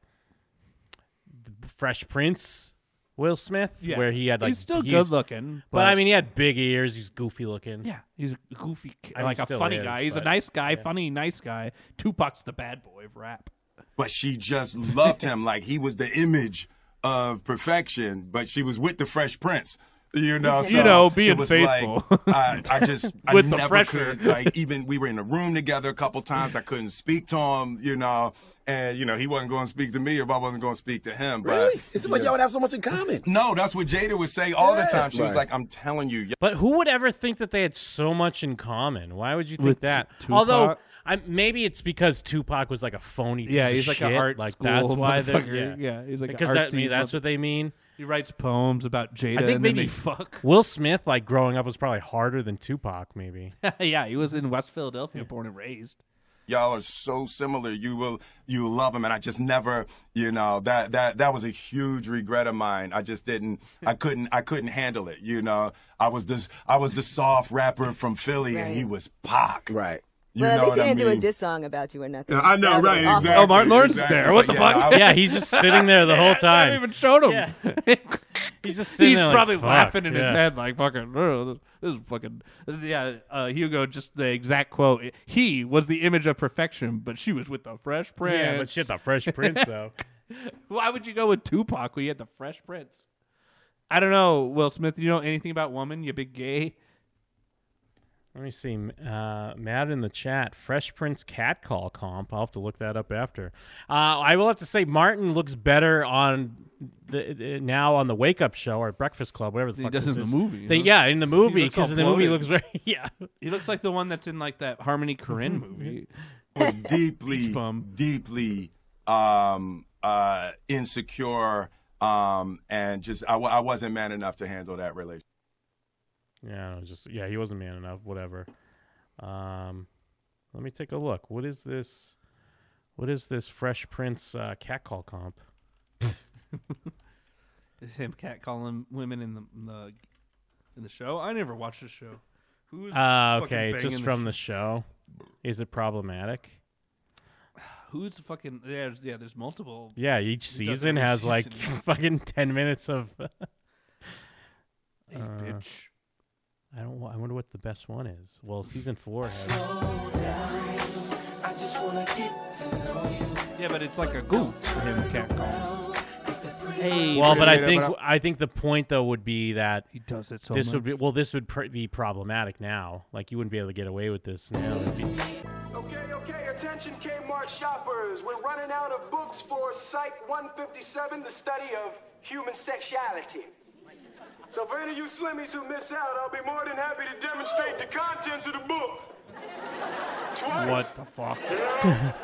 the Fresh Prince, Will Smith,
Yeah.
where he had like
He's still good looking,
but, I
but-
mean he had big ears. He's goofy looking.
Yeah, he's a goofy, ki-
I mean,
like
he
a
still
funny
is,
guy. He's a
but-
nice guy,
yeah.
funny, nice guy. Tupac's the bad boy of rap.
But she just loved him like he was the image of perfection. But she was with the Fresh Prince. You know,
You
so
know,
it
being
was like,
faithful.
I, I just I
With the
never
fresher.
could like even we were in a room together a couple times. I couldn't speak to him. You know, and you know he wasn't going to speak to me if I wasn't going to speak to him.
Really?
But
It's like y'all have so much in common.
No, that's what Jada was saying all the
Yeah.
time. She was
Right.
like, "I'm telling you,
But who would ever think that they had so much in common? Why would you think
With
that?
Tu-
Although
Tupac?
I, maybe it's because Tupac was like a phony. Piece
Yeah,
of
he's like a
shit.
art
Like
school
that's why they're yeah.
motherfucker. Yeah, he's like a
because that,
artsy
that's what they mean.
He writes poems about Jada.
I think
and
maybe
then they fuck.
Will Smith like growing up was probably harder than Tupac. Maybe
yeah, he was in West Philadelphia, born and raised.
y'all are so similar. You will you will love him." And I just never, you know, that that that was a huge regret of mine. I just didn't, I couldn't, I couldn't handle it. You know, I was this, I was the soft rapper from Philly, and he
Right.
was Pac. Right. You
well,
know
at least
what
they
I
didn't do a
mean?
diss song about you or nothing.
Yeah, I know,
That would've
right,
been awful.
exactly.
Oh, Martin Lawrence is there. What the
Exactly.
fuck?
Yeah, I-
yeah, he's just sitting there the whole
I
time.
haven't even showed him.
he's just sitting
He's
there like,
probably
"Fuck,
laughing in his
yeah."
head, like fucking. "Oh, This is fucking. Yeah, uh, Hugo. Just the exact quote. He was the image of perfection, but she was with the Fresh Prince.
Yeah, but shit, the Fresh Prince though.
Why would you go with Tupac when you had the Fresh Prince? I don't know, Will Smith. You know anything about woman? You big gay?
Let me see. M- Uh, Matt in the chat, Fresh Prince catcall comp. I'll have to look that up after. Uh, I will have to say Martin looks better on the uh, now on the Wake Up Show or Breakfast Club, whatever the
He
fuck
does
this
in the
is.
movie.
They-
huh?
Yeah, in the movie
He looks all
because in the movie he looks
bloated.
very yeah. Mm-hmm.
He looks like the one that's in like that Harmony Korine movie.
was deeply, deeply um, uh, insecure, um, and just I, w- I wasn't man enough to handle that relationship.
Yeah, it was just yeah, he wasn't man enough. Whatever. Um, let me take a look. What is this? What is this Fresh Prince uh, catcall comp?
Is him catcalling women in the, in the in the show? I never watched the show. Who's
Uh,
fucking
okay,
banging
just from
sh-
the show. Is it problematic?
Who's fucking there's yeah? There's multiple.
Yeah, each
He does
season
every
has like
season.
fucking ten minutes of. Uh,
bitch.
I don't. wa- I wonder what the best one is. Well, season four has.
yeah, but it's like a goof for him catcalling. Hey,
well, but I
Frida,
think
but
I think the point though would be that he
does it so
This would
much.
be well. This would pr- be problematic now. Like you wouldn't be able to get away with this now. It'd be-
Okay, okay, attention Kmart shoppers. We're running out of books for Psych 157, the study of human sexuality. So for any of you slimmies who miss out, I'll be more than happy to demonstrate the contents of the book. Twice.
What the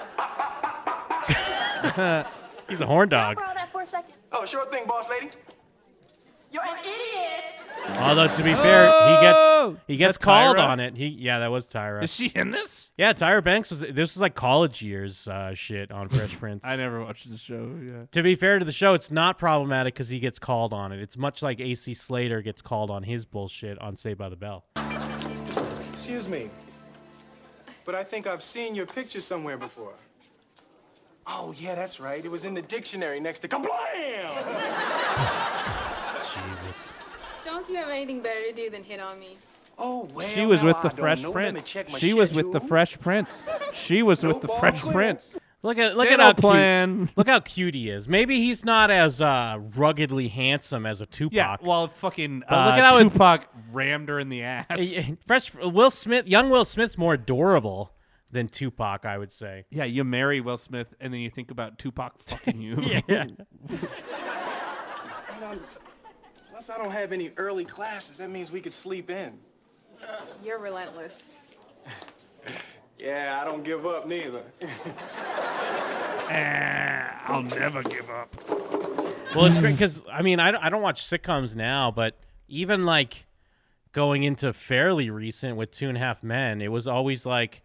fuck?
He's a horn dog.
that for a second? Oh, sure thing, boss lady. You're an idiot.
Although to be fair, he
Oh!
gets he
Is
gets
that
called
Tyra?
on it. He yeah, that was Tyra.
Is she in this?
Yeah, Tyra Banks was. This was like college years uh, shit on Fresh Prince.
I never watched the show. Yeah.
To be fair to the show, it's not problematic because he gets called on it. It's much like AC Slater gets called on his bullshit on Saved by the Bell.
Excuse me, but I think I've seen your picture somewhere before. Oh, yeah, that's right. It was in the dictionary next to kablam!
Jesus.
Don't you have anything better to do than hit on me?
Oh, well,
She was
now
with
I
the
don't
Fresh
know. Let me
Prince.
check my
She was with the
schedule.
Fresh Prince. She was with the Fresh Prince.
Look at look
Dental
at how
plan.
cute look how cute he is. Maybe he's not as uh, ruggedly handsome as a Tupac.
Yeah, well, fucking
But look
uh,
at how it-
Tupac rammed her in the ass.
Fresh Will Smith, young Will Smith's more adorable than Tupac, I would say.
Yeah, you marry Will Smith and then you think about Tupac fucking you.
Yeah.
And I'm- Plus, I don't have any early classes. That means we could sleep in.
You're relentless.
Yeah, I don't give up neither.
I'll never give up.
Well, it's great because I mean I, don't- I don't watch sitcoms now, but even like going into fairly recent with Two and a Half Men, it was always like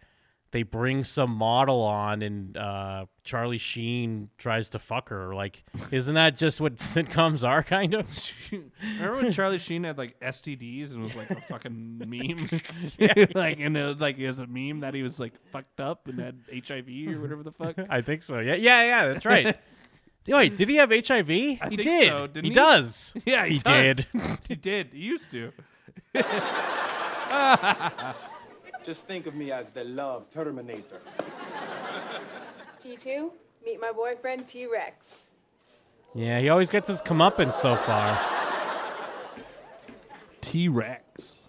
they bring some model on and uh, Charlie Sheen tries to fuck her. Like, isn't that just what sitcoms are, kind of?
Remember when Charlie Sheen had like STDs and was like a fucking meme?
Yeah.
like, and it was like it was a meme that he was like fucked up and had HIV or whatever the fuck.
I think so. Yeah, yeah, yeah. That's right. Wait, did he have HIV?
I
he
think
did.
so,
he,
didn't
does.
Yeah, he,
did.
does. he did. He used to.
Just think of me as the love terminator.
T2, meet my boyfriend T Rex.
Yeah, he always gets his comeuppance so far.
T Rex.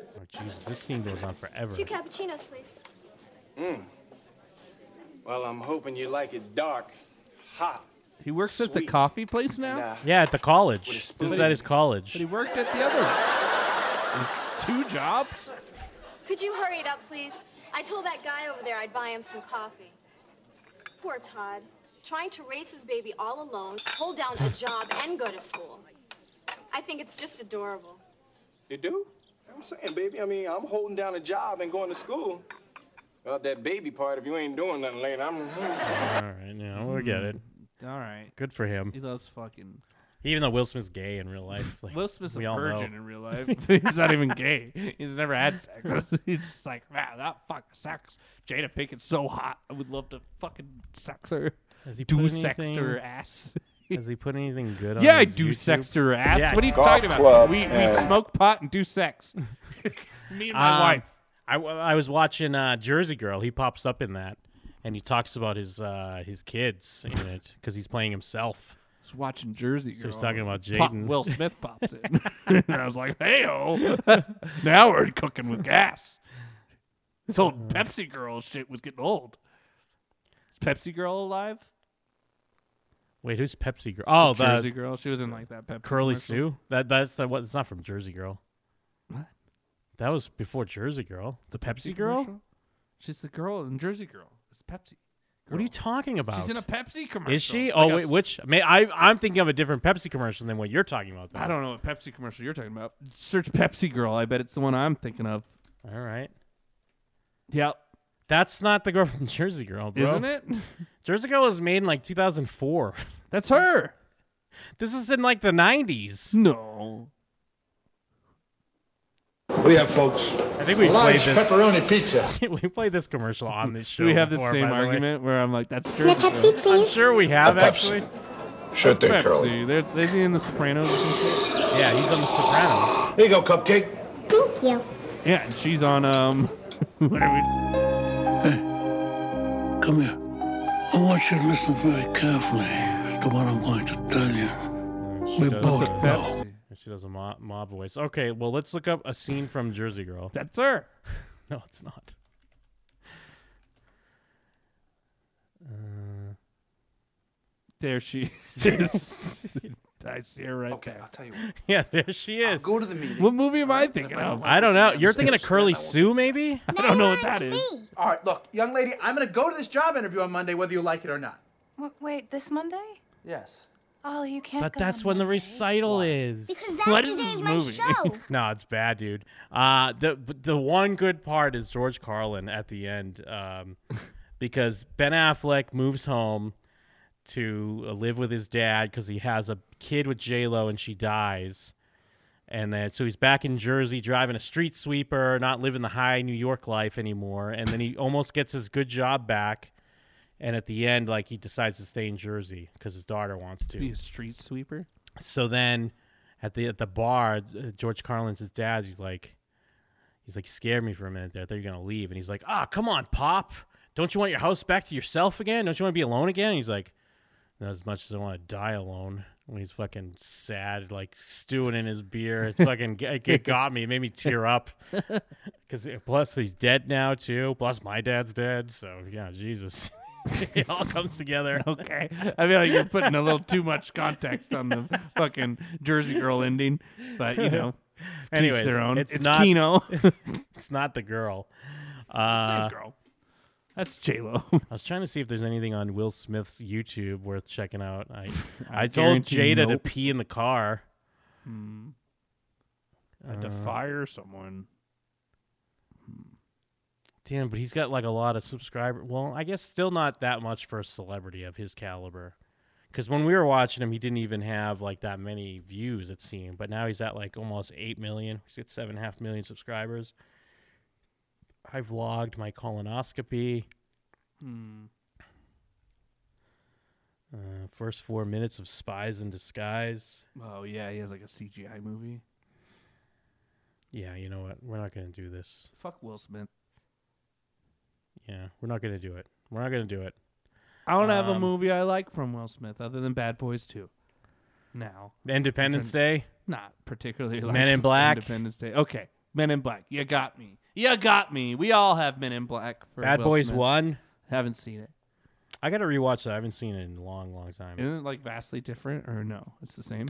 Oh, Jesus, this scene goes on forever.
Two cappuccinos, please.
Mm. Well, I'm hoping you like it dark, hot.
He works at the coffee place now.
Yeah, at the college.
With a
This
spoon.
is at his college.
But he worked at the other. There's two jobs.
Could you hurry it up, please? I told that guy over there I'd buy him some coffee. Poor Todd. Trying to raise his baby all alone, hold down a job, and go to school. I think it's just adorable.
You do? I'm saying, baby. I mean, I'm holding down a job and going to school. Well, that baby part, if you ain't doing nothing later, I'm.
All right, yeah, we get it.
Mm-hmm. All right.
Good for him.
He loves fucking.
Even though Will Smith's gay in real life, like,
Will Smith's a
we all
virgin
know.
in real life. He's not even gay. He's never had sex. He's just like, wow, that fuck sucks. Jada Pinkett's so hot. I would love to fucking sex her.
Has he
do
put
sex to her
anything-
ass?
Has he put anything good? on
yeah, I
his
do
YouTube?
sex to her ass.
Yes.
What are you
Golf
talking
club
about? We, we
and-
smoke pot and do sex. Me and my
Um,
wife.
I, w- I was watching uh, Jersey Girl. He pops up in that, and he talks about his uh, his kids in it because he's playing himself.
He's watching Jersey
So he's
Girl.
talking about
Pop-
Jaden.
Will Smith pops in. and I was like, hey, now we're cooking with gas. This old
Uh-huh.
Pepsi Girl shit was getting old. Is Pepsi Girl alive?
Wait, who's Pepsi Girl? Oh, the
Jersey Girl. She was in like that Pepsi
Curly
commercial.
Sue. That that's the what. It's not from Jersey Girl.
What?
That was before Jersey Girl. The Pepsi, Girl.
commercial? She's the girl in Jersey Girl. It's Pepsi.
What are you talking about?
She's in a Pepsi commercial.
Is she?
Like
Oh,
a
wait,
s-
which? May, I I'm thinking of a different Pepsi commercial than what you're talking about. Though.
I don't know what Pepsi commercial you're talking about. Search Pepsi Girl. I bet it's the one I'm thinking of.
All right.
Yep.
That's not the girl from Jersey Girl, bro.
Isn't it?
Jersey Girl was made in like 2004.
That's her.
This is in like the 90s.
No.
What do you have, folks?
I think we
Large
played this.
pepperoni pizza.
we played this commercial on this show.
Do we have the
before,
same
by way.
argument where I'm like, that's Jersey Girl.
I'm sure we have
A Pepsi.
actually.
Sure thing,
Pepsi.
Curly.
There's, is he in The Sopranos or some shit?
Yeah, he's on The Sopranos.
Here you go, cupcake. Thank you.
Yeah, and she's on, um, what are we?
Come here. I want you to listen very carefully to what I'm going to tell you.
She
We
does
both
a-
know.
She does a mob, mob voice. Okay, well, let's look up a scene from Jersey Girl.
That's her.
no, it's not. Uh,
There she is. I see her right okay, I'll tell you what.
yeah, there she is.
go to the meeting. What movie am I thinking of?
I don't know. You're thinking of Curly Sue, maybe?
I don't know what that is.
All right, look, young lady, I'm going to go to this job interview on Monday, whether you like it or not.
wait, this Monday?
Yes.
Oh, you can't.
But that's when the recital is.
Because that's What is today's this my movie? show.
no, it's bad, dude. Uh, the but the one good part is George Carlin at the end, um, because Ben Affleck moves home to uh, live with his dad because he has a kid with J Lo and she dies, and then so he's back in Jersey driving a street sweeper, not living the high New York life anymore, and then he almost gets his good job back. And at the end, like he decides to stay in Jersey because his daughter wants to
Be a street sweeper?
so then at the at the bar uh, george carlin's his dad he's like he's like you scared me for a minute there i thought you were gonna leave and he's like ah come on pop don't you want your house back to yourself again don't you want to be alone again and he's like not as much as i want to die alone when he's fucking sad like stewing in his beer it's fucking it, it got me it made me tear up because plus he's dead now too plus my dad's dead so yeah jesus it all comes together
Okay. I feel like you're putting a little too much context on the fucking Jersey Girl ending, but you know, to each
Anyways,
their own.
It's,
it's
not,
Kino.
it's not the girl. Uh,
girl. That's J Lo.
I was trying to see if there's anything on Will Smith's YouTube worth checking out. I I,
I
told
guarantee
Jada to
nope.
pee in the car.
Hmm. I had to
Uh,
fire someone.
Damn, but he's got like a lot of subscriber. Well, I guess still not that much for a celebrity of his caliber. Because when we were watching him, he didn't even have like that many views, it seemed. But now he's at like almost 8 million. He's got 7.5 million subscribers. I vlogged my colonoscopy.
Hmm.
Uh, first four minutes of Spies in Disguise.
Oh yeah, he has like a CGI movie.
Yeah, you know what? We're not going to do this.
Fuck Will Smith.
Yeah, we're not going to do it. We're not going to do it.
I don't have a
Um,
movie I like from Will Smith other than Bad Boys Two. Now
Independence Day?
Not particularly.
Men
Like
in Black?
Independence Day. Okay, Men in Black. You got me. You got me. We all have Men in Black. For
Bad
Will
Boys
Smith.
1?
Haven't seen it.
I got to rewatch that. I haven't seen it in a long, long time.
Isn't it like vastly different or no? It's the same.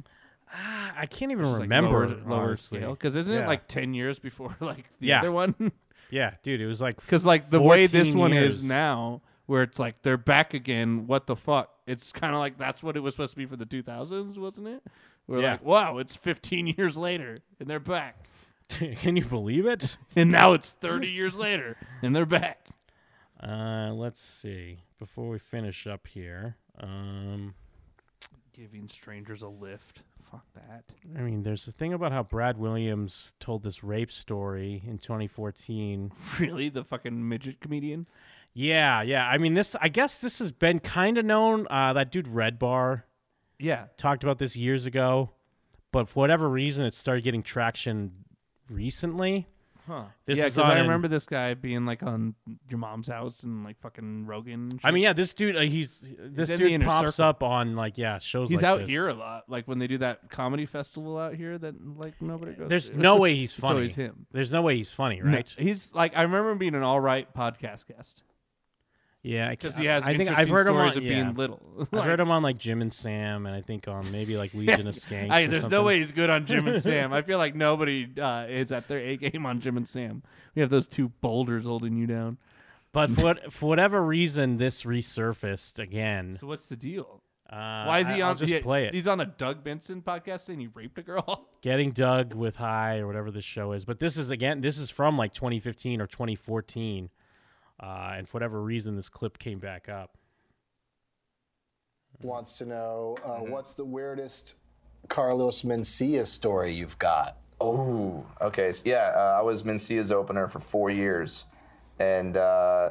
I can't even
It's just, like,
remember.
lower, lower
honestly.
scale because isn't
Yeah.
it like ten years before like the
Yeah.
other one?
Yeah, dude, it was like
because like the way this
14
one
years.
is now, where it's like they're back again. What the fuck? It's kind of like that's what it was supposed to be for the 2000s, wasn't it? We're
Yeah.
like, wow, it's 15 years later and they're back,
Can you believe it?
and now it's 30 years later and they're back.
Uh, let's see. Before we finish up here, um,
Giving strangers a lift. Fuck that.
I mean, there's the thing about how Brad Williams told this rape story in 2014.
Really, the fucking midget comedian?
Yeah, yeah. I mean, this. I guess this has been kind of known. Uh, that dude Red Bar.
Yeah.
Talked about this years ago, but for whatever reason, it started getting traction recently.
Huh.
This
yeah,
is
I
on-
remember this guy being like on your mom's house and like fucking Rogan. and
I
shit.
mean, yeah, this dude. Uh, he's this
in the
dude
inner
pops
circle.
up on like yeah shows.
He's
like
out
this.
here a lot, like when they do that comedy festival out here that like nobody goes.
There's
to.
no way he's
It's
funny.
always him.
There's no way he's funny,
No,
right?
he's like I remember him being an all right podcast guest.
Yeah, I-
'Cause he has
I think I've
interesting
heard him on,
stories of
yeah.
being little.
I've
Like-
heard him on like Jim and Sam, and I think on maybe like Legion of Skanks.
I,
or
there's no
something.
way he's good on Jim and Sam. I feel like nobody uh, is at their A game on Jim and Sam. We have those two boulders holding you down.
but for what, for whatever reason, this resurfaced again.
So what's the deal?
Uh,
Why is he
I-
on?
I'll just
yeah,
play it.
He's on a Doug Benson podcast saying he raped a girl.
Getting Doug with High or whatever this show is, but this is again this is from like 2015 or 2014, uh, and for whatever reason, this clip came back up.
wants to know uh,
Mm-hmm.
what's the weirdest Carlos Mencia story you've got?
Oh, Uh, okay. So, yeah, uh, I was Mencia's opener for four years, and uh,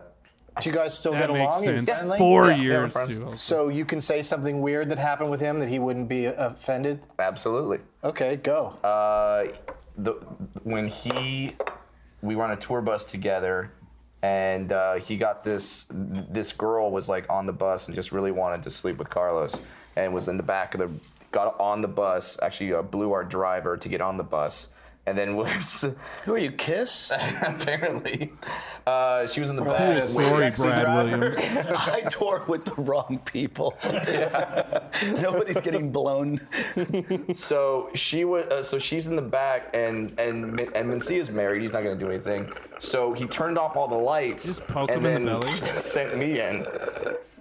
Do you guys still
That
get
makes
along? Are you
sense. Yeah.
friendly?
Four Yeah, years, we're friends. too, also.
So you can say something weird that happened with him that he wouldn't be offended?
absolutely.
Okay, go.
Uh, the when he we were on a tour bus together, and uh, he got this this girl was like on the bus and just really wanted to sleep with Carlos, and was in the back of the got on the bus. Actually, uh, blew our driver to get on the bus. And then was who are you kiss? apparently, uh, she was in the back.
Cool story, Sexy Brad driver. Williams.
I tour with the wrong people. Nobody's getting blown.
so she was. Uh, so she's in the back, and and and Mencia's married. He's not gonna do anything. So he turned off all the lights
poke
and
him in
then
the
sent me in.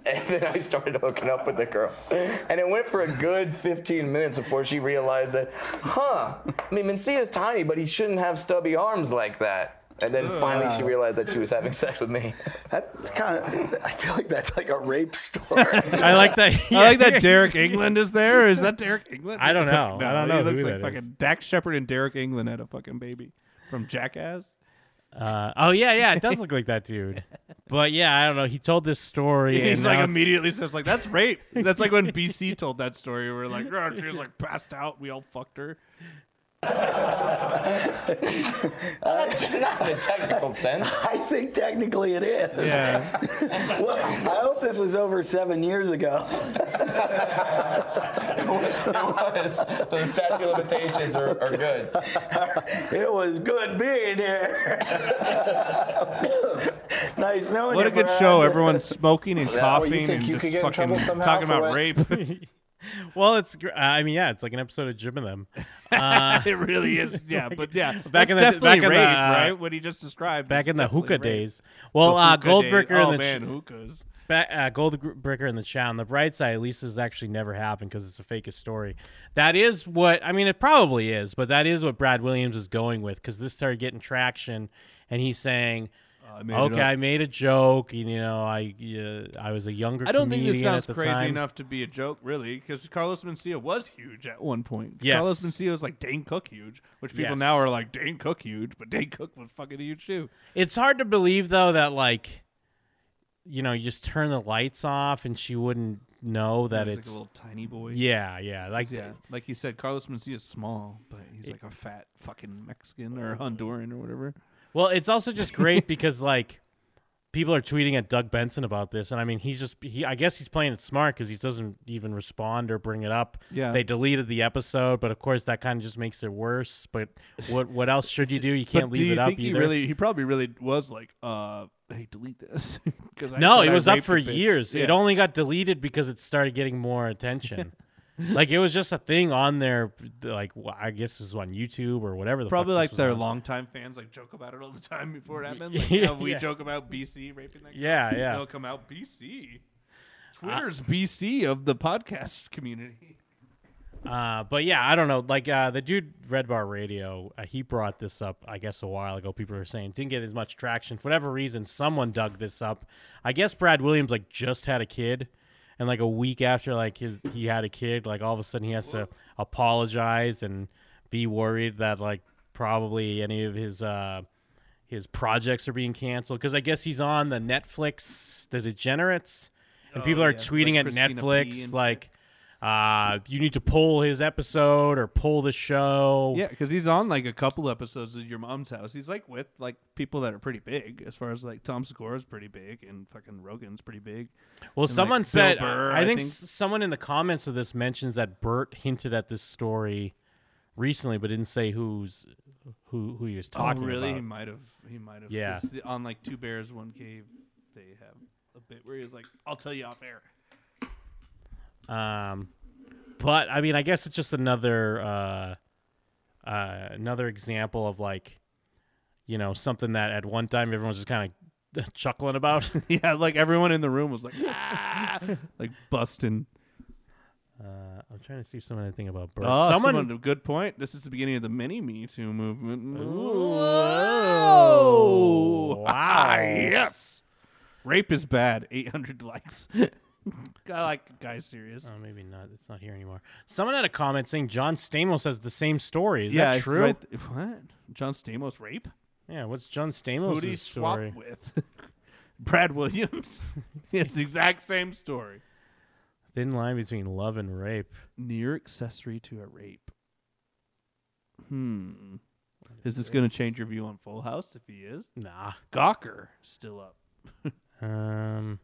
And then I started hooking up with the girl, and it went for a good 15 minutes before she realized that, huh? I mean, Mencia's tiny, but he shouldn't have stubby arms like that. And then finally, she
Wow.
realized that she was having sex with me.
That's kind of. I feel like that's like a rape story.
I like that.
I like that Derek England is there. Is that Derek England?
I don't know.
Fuck
I don't know
He looks
who
like
that is.
fucking Dax Shepard and Derek England had a fucking baby from Jackass.
Uh, oh yeah, yeah, it does look like that dude. But yeah, I don't know. He told this story.
He's
and
like
now it's-
immediately says like that's rape. That's like when BC told that story. We're like, "Oh, she was like passed out. We all fucked her.
That's not in a technical sense. I think technically it is.
Yeah.
well, I hope this was over seven years ago.
It was. The statute of limitations are, are good.
It was good being here. nice knowing
What a
you.
good
Brad.
show. Everyone's smoking and
Is that what you
coughing
think
and
you
just
could get in
fucking
trouble somehow
talking
for
about
what-
rape.
well, it's. gr- I mean, yeah, it's like an episode of Jim and them. Uh,
it really is. Yeah, but yeah,
back
that's
in the
definitely
back in the,
rape,
uh,
right? What he just described.
back
is
in the
definitely
hookah
rape.
days. Well,
The
uh,
hookah days.
Goldbricker
Oh
and the
man,
Ch-
hookahs.
Ba- uh, Goldbricker and the Chow. On the bright side, at least this has actually never happened because it's a fakest story. That is what I mean. It probably is, but that is what Brad Williams is going with because this started getting traction, and he's saying
Oh, I made it
okay,
up.
I made a joke. and, You know, I uh, I was a younger.
I don't think
comedian
this sounds
at the
crazy
time.
enough to be a joke, really, because Carlos Mencia was huge at one point.
Yes.
Carlos Mencia was like Dane Cook huge, which people
Yes.
now are like Dane Cook huge, but Dane Cook was fucking huge too.
It's hard to believe though that like, you know, you just turn the lights off and she wouldn't know that
He's
it's
like a little tiny boy.
Yeah, yeah, like
yeah, like you said, Carlos Mencia is small, but he's like a fat fucking Mexican or Honduran or whatever.
Well, it's also just great because like people are tweeting at Doug Benson about this, and I mean he's just he I guess he's playing it smart because he doesn't even respond or bring it up.
Yeah.
they deleted the episode, but of course that kind of just makes it worse. But what what else should you do? You can't
but
leave
do you
it up
think
either.
He really, he probably really was like, uh, hey, delete this. 'Cause I
no,
said
it
I
was up
raped
for
the bitch.
years. It
Yeah.
only got deleted because it started getting more attention. like it was just a thing on there. Like w- I guess this was on YouTube or whatever. The fuck
probably
this
like
was
their
on.
longtime fans like joke about it all the time before it happened. Like,
Yeah,
how we
yeah.
joke about BC raping that. Girl.
Yeah, yeah.
They'll come out BC. Twitter's BC of the podcast community.
Uh, but yeah, I don't know. Like uh, the dude Red Bar Radio, uh, he brought this up, I guess, a while ago. People are saying it didn't get as much traction for whatever reason. Someone dug this up. I guess Brad Williams like just had a kid, and like a week after like his he had a kid, like all of a sudden he has to apologize and be worried that like probably any of his uh his projects are being canceled because I guess he's on the Netflix The Degenerates, and
Oh,
people are
yeah,
tweeting
like
at
Christina P
Netflix
and-
like uh, you need to pull his episode or pull the show.
Yeah, because he's on like a couple episodes of your mom's house. He's like with like people that are pretty big, as far as like Tom Segura's pretty big and fucking Rogan's pretty big.
Well,
And, like,
someone
Bill
said,
Burr,
I, think, s- someone in the comments of this mentions that Bert hinted at this story recently, but didn't say who's who who he was
Oh,
talking
really? He
about.
might have. He might have.
Yeah.
'Cause the- On like Two Bears, One Cave, they have a bit where he's like, "I'll tell you off air."
Um, but I mean, I guess it's just another uh, uh, another example of like, you know, something that at one time everyone was just kind of chuckling about.
yeah, like everyone in the room was like, ah, like busting.
Uh, I'm trying to see if someone anything about Bert.
Oh,
someone,
someone, good point. This is the beginning of the mini Me Too movement.
Whoa.
Whoa.
Wow.
yes. Rape is bad. 800 likes. I like guy serious.
Oh, maybe not. It's not here anymore. Someone had a comment saying John Stamos has the same story. Is
yeah,
that
it's
true?
right th- what? John Stamos rape?
Yeah, what's John Stamos'
Who did he swap
story?
with? Brad Williams. it's the exact same story.
Thin line between love and rape.
Near accessory to a rape. Hmm. Is this going to change your view on Full House if he is?
Nah.
Gawker still up.
Um,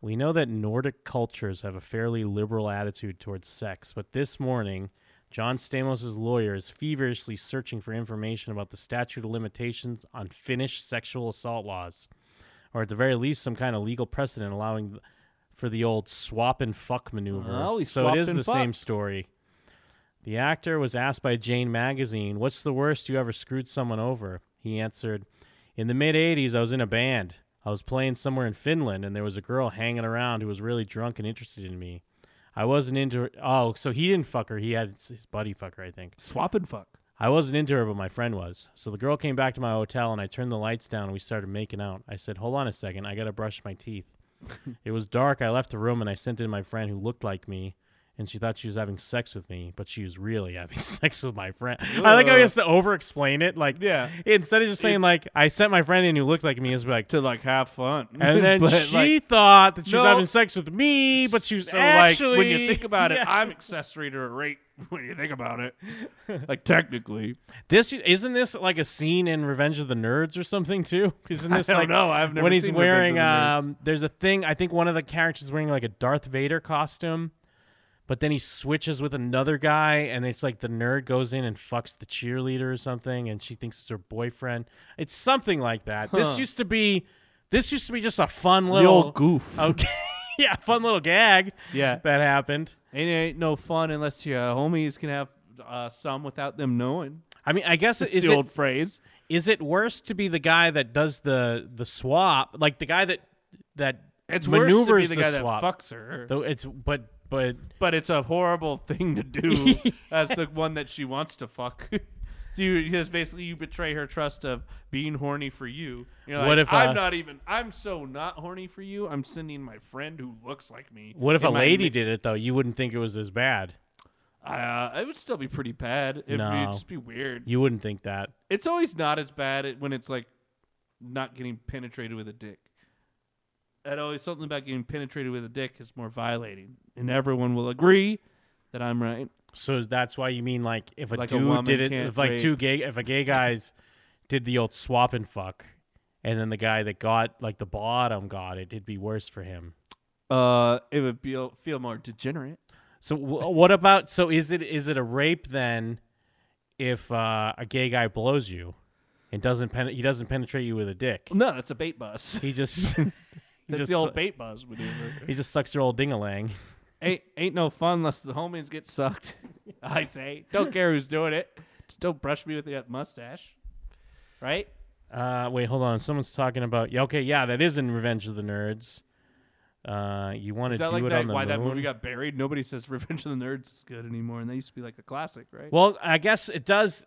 we know that Nordic cultures have a fairly liberal attitude towards sex, but this morning, John Stamos' lawyer is feverishly searching for information about the statute of limitations on Finnish sexual assault laws, or at the very least, some kind of legal precedent allowing for the old swap and fuck maneuver.
Oh, he
so
swapped
it is
and
the same
fucked.
story. The actor was asked by Jane Magazine, What's the worst you ever screwed someone over? He answered, In the mid 80s, I was in a band. I was playing somewhere in Finland, and there was a girl hanging around who was really drunk and interested in me. I wasn't into her. Oh, so he didn't fuck her. He had his- his buddy fuck her, I think.
Swap and fuck.
I wasn't into her, but my friend was. So the girl came back to my hotel, and I turned the lights down, and we started making out. I said, Hold on a second. I got to brush my teeth. it was dark. I left the room, and I sent in my friend who looked like me. And she thought she was having sex with me, but she was really having sex with my friend. I like how he has to over explain it. Like,
Yeah.
Instead of just saying, like, I sent my friend in who looked like me, it's like,
to like have fun.
And then
But,
she
like-
thought that she was
No.
having sex with me, but she was
So
actually.
like when you think about it,
Yeah.
I'm accessory to a rape. When you think about it, like technically,
This isn't this like a scene in Revenge of the Nerds or something too? Isn't
I
this
don't
like
know. I've never
when he's
seen
wearing
Revenge of the Nerds.
um there's a thing I think one of the characters is wearing like a Darth Vader costume, but then he switches with another guy and it's like the nerd goes in and fucks the cheerleader or something and she thinks it's her boyfriend. It's something like that.
Huh.
This used to be this used to be just a fun
The
little
old goof.
Okay. yeah, fun little gag.
yeah,
that happened.
And it ain't no fun unless your homies can have uh, some without them knowing.
I mean, I guess
It's
is
the
it,
old phrase.
Is it worse to be the guy that does the the swap, like the guy that that
It's worse to
maneuvers
be the guy that
swap.
fucks her.
Though it's but but
but it's a horrible thing to do as the one that she wants to fuck. you because basically you betray her trust of being horny for you. You're like,
What if,
I'm
uh,
not even? I'm so not horny for you. I'm sending my friend who looks like me.
What if a
and my
lady
ma-
did it though? You wouldn't think it was as bad.
Uh, it would still be pretty bad. It
no,
would just be weird.
You wouldn't think that.
It's always not as bad it- when it's like not getting penetrated with a dick. That always something about getting penetrated with a dick is more violating, and everyone will agree that I'm right.
So that's why you mean like if a
Like a
dude
woman
did it,
can't
if like two
rape.
gay, if a gay guys did the old swap and fuck, and then the guy that got like the bottom got it, it'd be worse for him.
Uh, it would be, feel more degenerate.
So w- what about? So is it is it a rape then? If uh, a gay guy blows you and doesn't pen- he doesn't penetrate you with a dick?
No, that's a bait bus.
He just
That's the old bait bus maneuver.
He just sucks your old dingalang.
Ain't ain't no fun unless the homies get sucked. I say, don't care who's doing it. Just don't brush me with that mustache, right?
Uh, wait, hold on. Someone's talking about. Yeah, okay, yeah, that is in Revenge of the Nerds. Uh, you want to
Is
do
that like
it
that,
on the
why
moon?
that movie got buried? Nobody says Revenge of the Nerds is good anymore, and that used to be like a classic, right?
Well, I guess it does.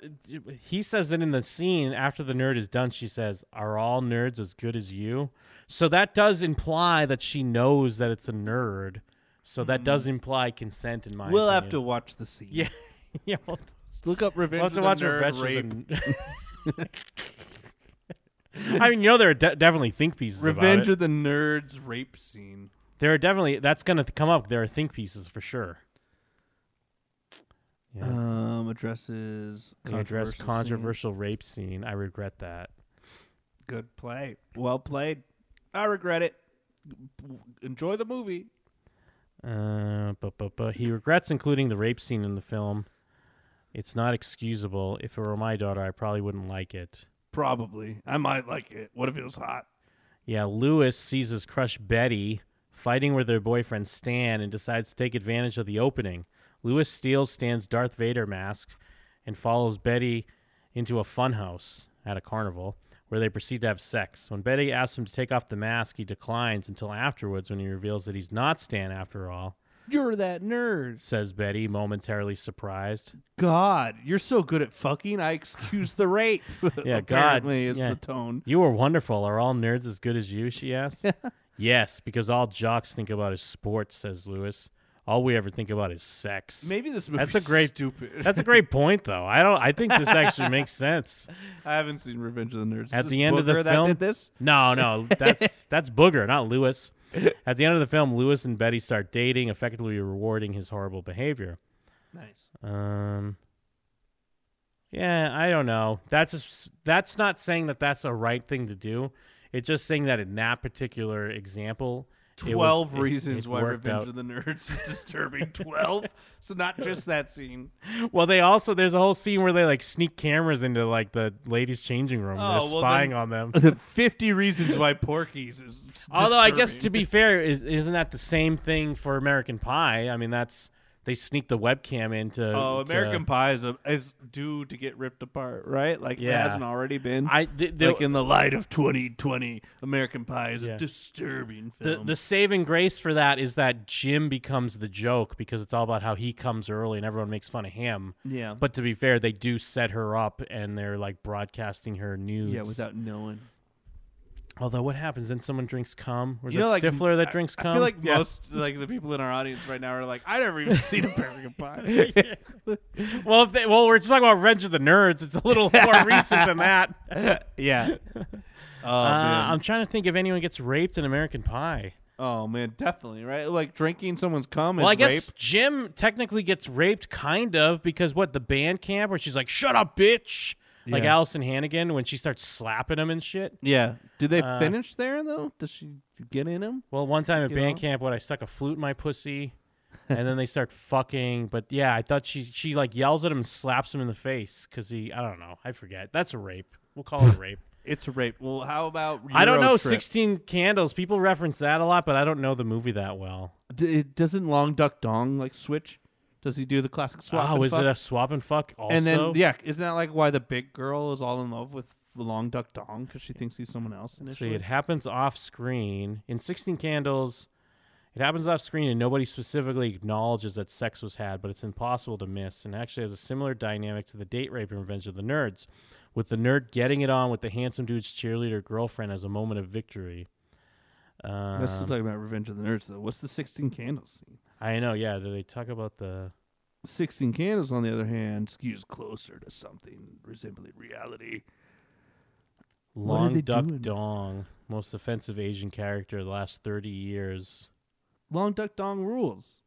He says that in the scene after the nerd is done, she says, "Are all nerds as good as you?" So that does imply that she knows that it's a nerd. So that does imply consent, in my.
Mm-hmm. Mm. We'll have
opinion.
to watch the scene.
Yeah, yeah. We'll,
look up Revenge
we'll have
of
to watch
the Nerd
Revenge of the N- I mean, you know, there are de- definitely think pieces. about
Revenge
it.
of the Nerds rape scene.
There are definitely that's going to come up. There are think pieces for sure. Yeah.
Um, addresses
They address
controversial scene.
controversial rape scene. I regret that.
Good play. Well played. I regret it. Enjoy the movie.
Uh, but, but, but he regrets including the rape scene in the film. It's not excusable. If it were my daughter, I probably wouldn't like it.
Probably. I might like it. What if it was hot?
Yeah, Lewis sees his crush Betty fighting with her boyfriend Stan and decides to take advantage of the opening. Lewis steals Stan's Darth Vader mask and follows Betty into a funhouse at a carnival where they proceed to have sex. When Betty asks him to take off the mask, he declines until afterwards when he reveals that he's not Stan after all,
You're that nerd.
says Betty, momentarily surprised.
God, you're so good at fucking. I excuse the rape.
Yeah, God
Apparently is
yeah.
the tone.
You were wonderful. Are all nerds as good as you? She asked. yes, because all jocks think about is sports, says Lewis. All we ever think about is sex.
Maybe this
That's a
movie's
great
stupid.
That's a great point, though. I don't. I think this actually makes sense.
I haven't seen Revenge of the Nerds. Is
At
this
the end of the
Booger that
film,
did this?
No, no, that's that's Booger, not Lewis. At the end of the film, Lewis and Betty start dating, effectively rewarding his horrible behavior.
Nice.
Um. Yeah, I don't know. That's just, that's not saying that that's a right thing to do. It's just saying that in that particular example, it was-
Twelve
it-
reasons
it
why
worked
Revenge
out.
of the Nerds is disturbing. Twelve. so not just that scene.
Well, they also there's a whole scene where they like sneak cameras into like the ladies' changing room.
Oh,
They're
well,
spying
then-
on them.
Fifty reasons why Porky's is.
Although I guess to
disturbing.
be fair, is, isn't that the same thing for American Pie? I mean, that's they sneak the webcam into.
Oh,
to-
American Pie is, a, is due to get ripped apart, right? Like it
Yeah.
hasn't already been.
I- the- the-
like in the light of 2020, American Pie is
Yeah.
a disturbing
The,
film.
the saving grace for that is that Jim becomes the joke because it's all about how he comes early and everyone makes fun of him.
Yeah.
But to be fair, they do set her up and they're like broadcasting her news.
yeah, without knowing.
Although what happens then? Someone drinks cum. Or is
You know,
it
like
Stifler that
I-
drinks cum?
I feel like
Yeah.
most like the people in our audience right now are like, I never even seen American Pie.
well, if they, well, we're just talking about Revenge of the Nerds. It's a little more recent than that.
Yeah. Oh,
Uh,
man.
I'm trying to think if anyone gets raped in American Pie.
oh man, definitely right. Like drinking someone's cum
Well,
is
I guess
rape.
Jim technically gets raped, kind of, because what the band camp where she's like, "Shut up, bitch," like
Yeah.
Allison Hannigan when she starts slapping him and shit.
Yeah. Do they
Uh,
finish there though? Does she get in him?
Well, one time at
You know?
band camp, what I stuck a flute in my pussy, and then they start fucking. But yeah, I thought she she like yells at him and slaps him in the face because he I don't know I forget that's a rape. We'll call it a rape.
It's a rape. Well, how about
I don't
Euro
know.
Trip?
Sixteen Candles. People reference that a lot, but I don't know the movie that well.
D- it doesn't Long Duck Dong like switch? Does he do the classic swap?
oh,
and
is
fuck?
it a swap and fuck? Also,
And then yeah, isn't that like why the big girl is all in love with Long Duck Dong because she thinks he's someone else?
See,
Initially?
it happens off screen in 16 Candles. It happens off screen and nobody specifically acknowledges that sex was had, but it's impossible to miss and actually has a similar dynamic to the date rape and revenge of the nerds, with the nerd getting it on with the handsome dude's cheerleader girlfriend as a moment of victory. Um,
That's still talking about Revenge of the Nerds, though. What's the 16 Candles scene?
I know, yeah. They talk about the.
16 Candles, on the other hand, skews closer to something resembling reality. What are
Long
they
Duck
doing?
Dong, most offensive Asian character of the last 30 years.
Long Duck Dong rules.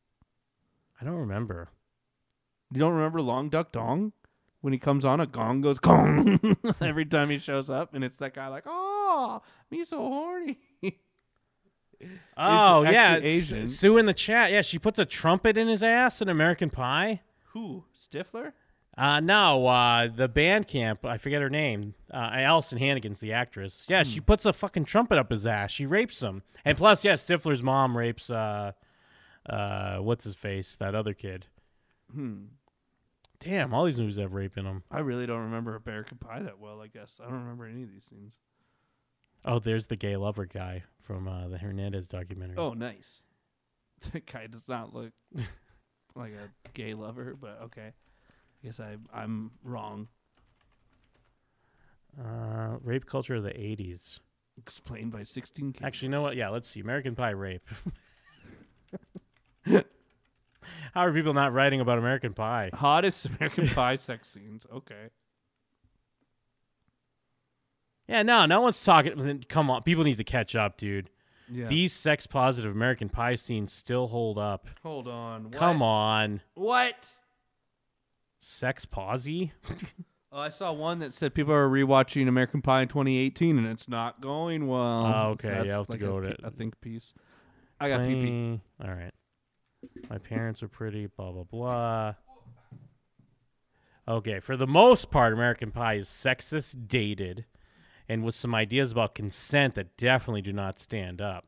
I don't remember.
You don't remember Long Duck Dong? When he comes on, a gong goes gong every time he shows up, and it's that guy like, oh, me so horny.
Oh,
actually
yeah.
Asian.
S- Sue in the chat. Yeah, she puts a trumpet in his ass in American Pie.
Who? Stifler?
Uh, no, uh, the band camp, I forget her name. Uh, Allison Hannigan's the actress. Yeah,
Hmm.
she puts a fucking trumpet up his ass. She rapes him. And plus, yeah, Stifler's mom rapes, uh, uh, what's his face? That other kid.
Hmm.
Damn, all these movies have rape in them.
I really don't remember American Pie that well, I guess. I don't remember any of these scenes.
Oh, there's the gay lover guy from uh, the Hernandez documentary.
Oh, nice. That guy does not look like a gay lover, but okay. I guess I, I'm wrong.
Uh, rape culture of the 80s.
Explained by 16
Actually, you know what? Yeah, let's see. American Pie rape. How are people not writing about American Pie?
Hottest American Pie sex scenes. Okay.
Yeah, no, no one's talking. Come on, people need to catch up, dude.
Yeah.
These sex positive American Pie scenes still hold up.
Hold on. What?
Come on,
What?
sex posy.
Oh, I saw one that said people are rewatching American Pie in 2018 and it's not going well.
Oh, okay,
So
yeah,
that's
I'll have to
like
go
a,
to
pe- a think piece. I got PP.
Plain- All right. My parents are pretty. Blah blah blah. Okay, for the most part, American Pie is sexist, dated, and with some ideas about consent that definitely do not stand up.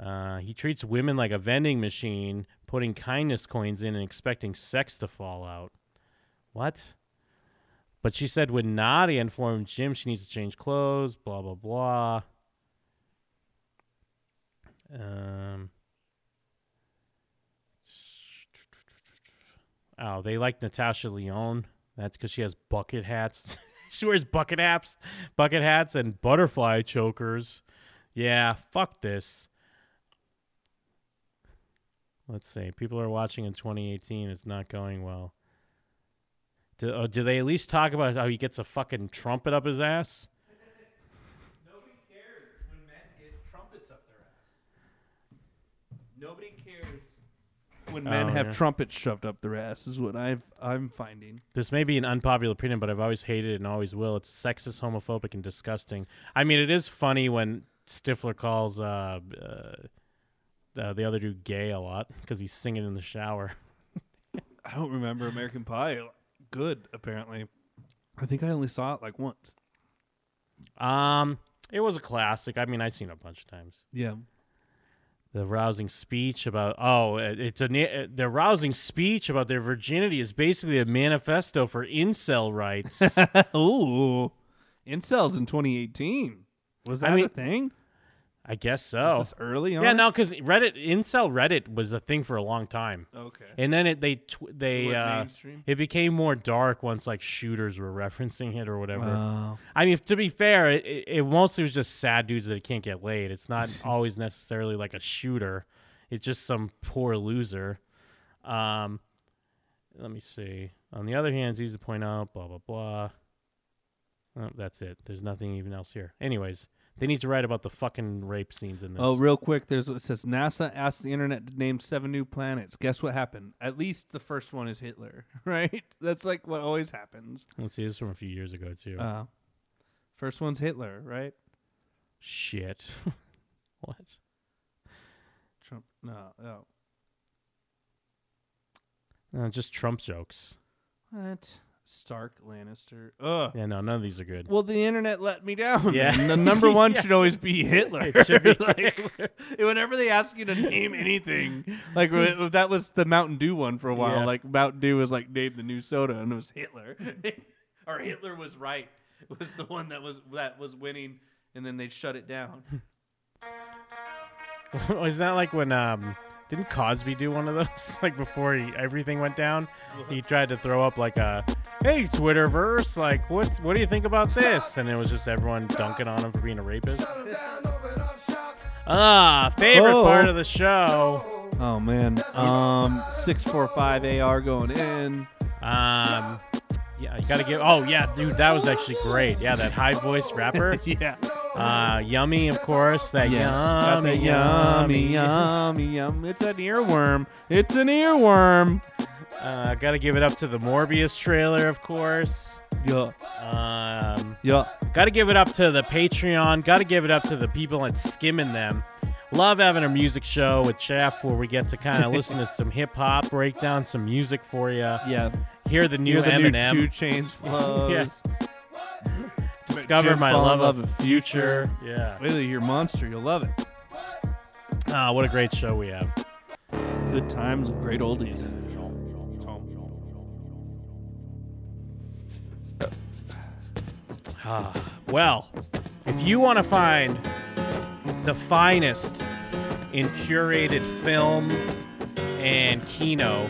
Uh, he treats women like a vending machine, putting kindness coins in and expecting sex to fall out. What? But she said when Nadia informed Jim she needs to change clothes, blah, blah, blah. Um, oh, they like Natasha Leone. That's because she has bucket hats. she wears bucket hats, bucket hats, and butterfly chokers. Yeah, fuck this. Let's see. People are watching in 2018. It's not going well. Do, uh, do they at least talk about how he gets a fucking trumpet up his ass?
Nobody cares. When
Oh,
men have trumpets shoved up their ass is what I've I'm finding.
This may be an unpopular opinion, but I've always hated it and always will. It's sexist, homophobic, and disgusting. I mean, it is funny when Stifler calls uh, uh, uh, the other dude gay a lot because he's singing in the shower.
I don't remember American Pie good apparently. I think I only saw it like once.
Um, it was a classic. I mean, I've seen it a bunch of times.
Yeah.
The rousing speech about oh, it- it's a na- the rousing speech about their virginity is basically a manifesto for incel rights.
Ooh. Incels in 2018. Was
I
that
mean-
a thing?
I guess so.
Was this early
Yeah,
on?
no, because Reddit, incel Reddit was a thing for a long time.
Okay.
And then it they tw- they
went
uh,
mainstream?
it became more dark once like shooters were referencing it or whatever.
Wow.
I mean, to be fair, it, it, it mostly was just sad dudes that can't get laid. It's not always necessarily like a shooter. It's just some poor loser. Um, let me see. On the other hand, it's easy to point out. Blah blah blah. Oh, that's it. There's nothing even else here. Anyways, they need to write about the fucking rape scenes in this.
Oh, real quick, there's it says NASA asked the internet to name seven new planets. Guess what happened? At least the first one is Hitler, right? That's like what always happens.
Let's see. This is from a few years ago too.
Uh, first one's Hitler, right?
Shit. what?
Trump. No. Oh.
Uh, just Trump jokes.
What? Stark Lannister. Ugh.
Yeah, no, none of these are good.
Well, the internet let me down.
Yeah.
then. The number one
Yeah.
should always be Hitler.
It should be.
like, whenever they ask you to name anything, like wh- that was the Mountain Dew one for a while.
Yeah.
Like Mountain Dew was like name the new soda, and it was Hitler. or Hitler was right. Was the one that was that was winning, and then they shut it down.
Is that like when um didn't Cosby do one of those like before he, everything went down? He tried to throw up like a hey Twitterverse, like what what do you think about this? And it was just everyone dunking on him for being a rapist. Ah, favorite
Oh.
part of the show.
Oh man. Um, six four five AR going in.
Um, yeah, you gotta give. Oh yeah, dude, that was actually great. Yeah, that high voice rapper.
yeah.
Uh, yummy, of course. That
Yeah. Got
yummy,
that yummy, yummy, yum. It's an earworm. It's an earworm.
Uh, gotta give it up to the Morbius trailer, of course.
Yeah.
Um,
Yeah.
Gotta give it up to the Patreon. Gotta give it up to the people at Skimming Them. Love having a music show with Chaff where we get to kind of listen to some hip hop, break down some music for you.
Yeah.
Hear the new
Hear the new
Eminem.
two change flows.
Yes. Discover
Just
my
fall
love
in
of
love with
future. Yeah.
Wait till you hear Monster. You'll love it.
Ah, what a great show we have.
Good times and great oldies.
Ah, well, if you want to find the finest in curated film and kino,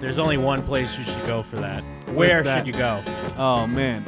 there's only one place you should go for that. Where
Where's that?
should you go?
Oh man.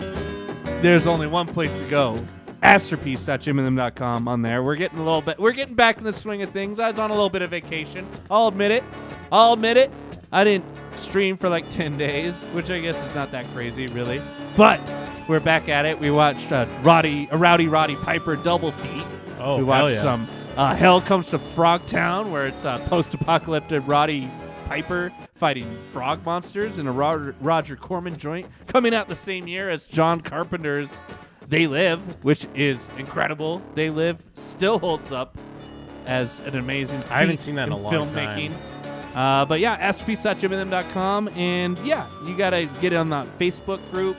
There's only one place to go. Astropiece.jimandthem.com on there. We're getting a little bit we're getting back in the swing of things. I was on a little bit of vacation. I'll admit it. I'll admit it. I didn't stream for like 10 days, which I guess is not that crazy really. But we're back at it. We watched uh, Roddy a Rowdy Roddy Piper double feat.
Oh,
we
hell
watched
yeah.
some uh, Hell Comes to Frogtown, where it's uh, post-apocalyptic Roddy Piper fighting frog monsters in a Roger, Roger Corman joint, coming out the same year as John Carpenter's They Live, which is incredible. They Live still holds up as an amazing.
I haven't
feat
seen that in a long
filmmaking.
time.
Uh, but yeah, astropiece.jimandthem.com. And yeah, you got to get on that Facebook group.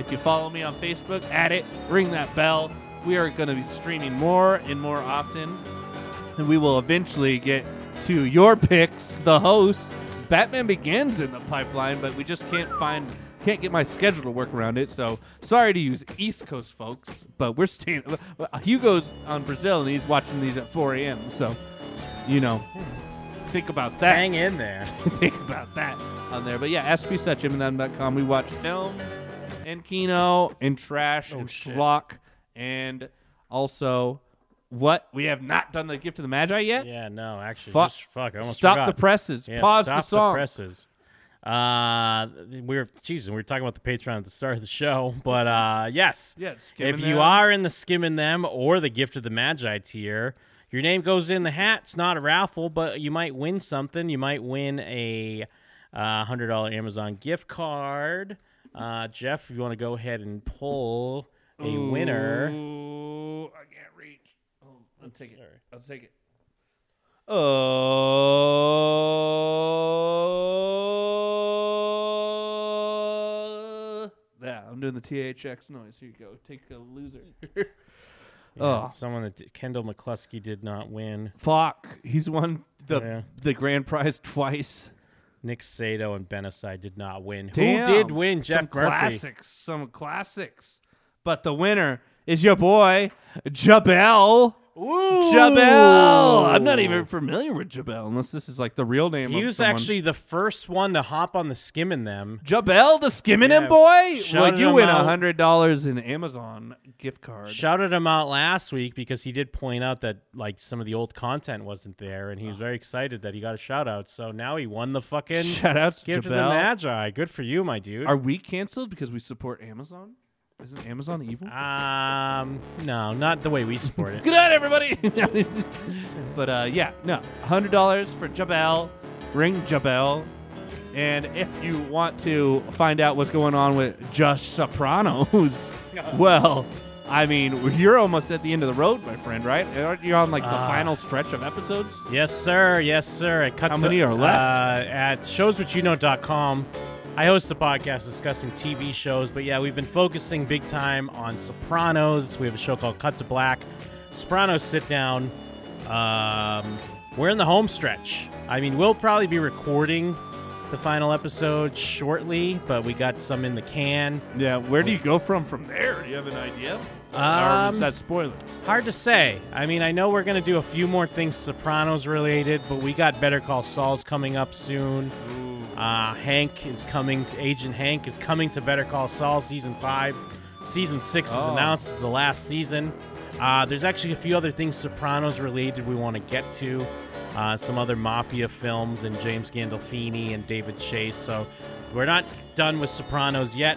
If you follow me on Facebook, add it, ring that bell. We are going to be streaming more and more often. And we will eventually get to your picks, the host. Batman Begins in the pipeline, but we just can't find, can't get my schedule to work around it. So sorry to use East Coast folks, but we're staying. Hugo's on Brazil and he's watching these at 4 a.m. So, you know, think about that.
Hang in there.
think about that on there. But yeah, askpeace.jimandthem.com. We watch films and kino and trash
Oh,
and schlock and also what we have not done the gift of the magi yet.
Yeah, no, actually,
Fuck.
just- fuck, I almost
stop
forgot.
the presses.
Yeah,
Pause
stop
the song.
presses. Uh, we were Jesus. We were talking about the Patreon at the start of the show, but uh, yes,
Yeah, it's skimming
If you
them.
are in the skimming them or the gift of the Magi tier, your name goes in the hat. It's not a raffle, but you might win something. You might win a uh, hundred dollar Amazon gift card. Uh, Jeff, if you want to go ahead and pull a winner,
Ooh, I can't reach. Oh, I'll take it. I'll take it. Oh. Yeah, I'm doing the THX noise. Here you go. Take a loser.
Yeah,
Oh.
someone that d- Kendall McCluskey did not win.
Fuck. He's won the
Yeah.
the grand prize twice.
Nick Sato and Beneside did not win.
Damn.
Who did win? Jeff
some
Murphy.
classics. Some classics. But the winner is your boy, Jabel.
Ooh.
Jabel. I'm not even familiar with Jabel unless this is like the real name
He
of
was
someone.
actually the first one to hop on the skim in them.
Jabel, the skimming
Yeah,
him boy. Well,
shouted
you
him
win a
out.
hundred dollars in Amazon gift card.
Shouted him out last week because he did point out that like some of the old content wasn't there, and he
Ah.
was very excited that he got a shout out. So now he won the fucking
Shout out to
gift to the
Jabel.
Magi. Good for you, my dude.
Are we canceled because we support Amazon? Isn't Amazon evil?
um, no, not the way we support it.
Good night, everybody. but uh, yeah, no, hundred dollars for Jabel. Ring Jabel. And if you want to find out what's going on with Josh Sopranos, well, I mean, you're almost at the end of the road, my friend, right? Aren't you on like the
Ah.
final stretch of episodes?
Yes, sir. Yes, sir. It cuts
How many are left?
Uh, at showswhatyouknow.com. I host the podcast discussing TV shows, but yeah, we've been focusing big time on Sopranos. We have a show called Cut to Black, Sopranos Sit Down. Um, we're in the home stretch. I mean, we'll probably be recording the final episode shortly, but we got some in the can.
Yeah, where do you go from from there? Do you have an idea? or
Um,
is that spoiler?
Hard to say. I mean, I know we're going to do a few more things Sopranos related, but we got Better Call Saul's coming up soon. Uh, Hank is coming. Agent Hank is coming to Better Call Saul season five. Season six is
Oh.
announced as the last season. Uh, there's actually a few other things Sopranos related we want to get to. Uh, some other mafia films and James Gandolfini and David Chase. So we're not done with Sopranos yet.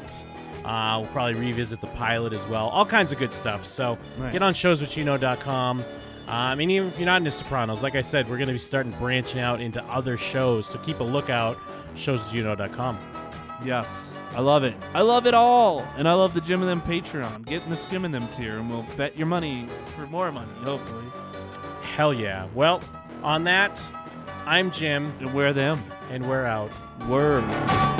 Uh, we'll probably revisit the pilot as well. All kinds of good stuff. So
Nice.
get on showswhichyouknow.com. Um, and even if you're not into Sopranos, like I said, we're going to be starting branching out into other shows. So keep a lookout. Showswhichyouknow.com.
Yes, I love it. I love it all, and I love the Jim and Them Patreon. Get in the Skim and Them tier, and we'll bet your money for more money, hopefully.
Hell yeah! Well, on that, I'm Jim.
And we're them.
And we're out.
Word.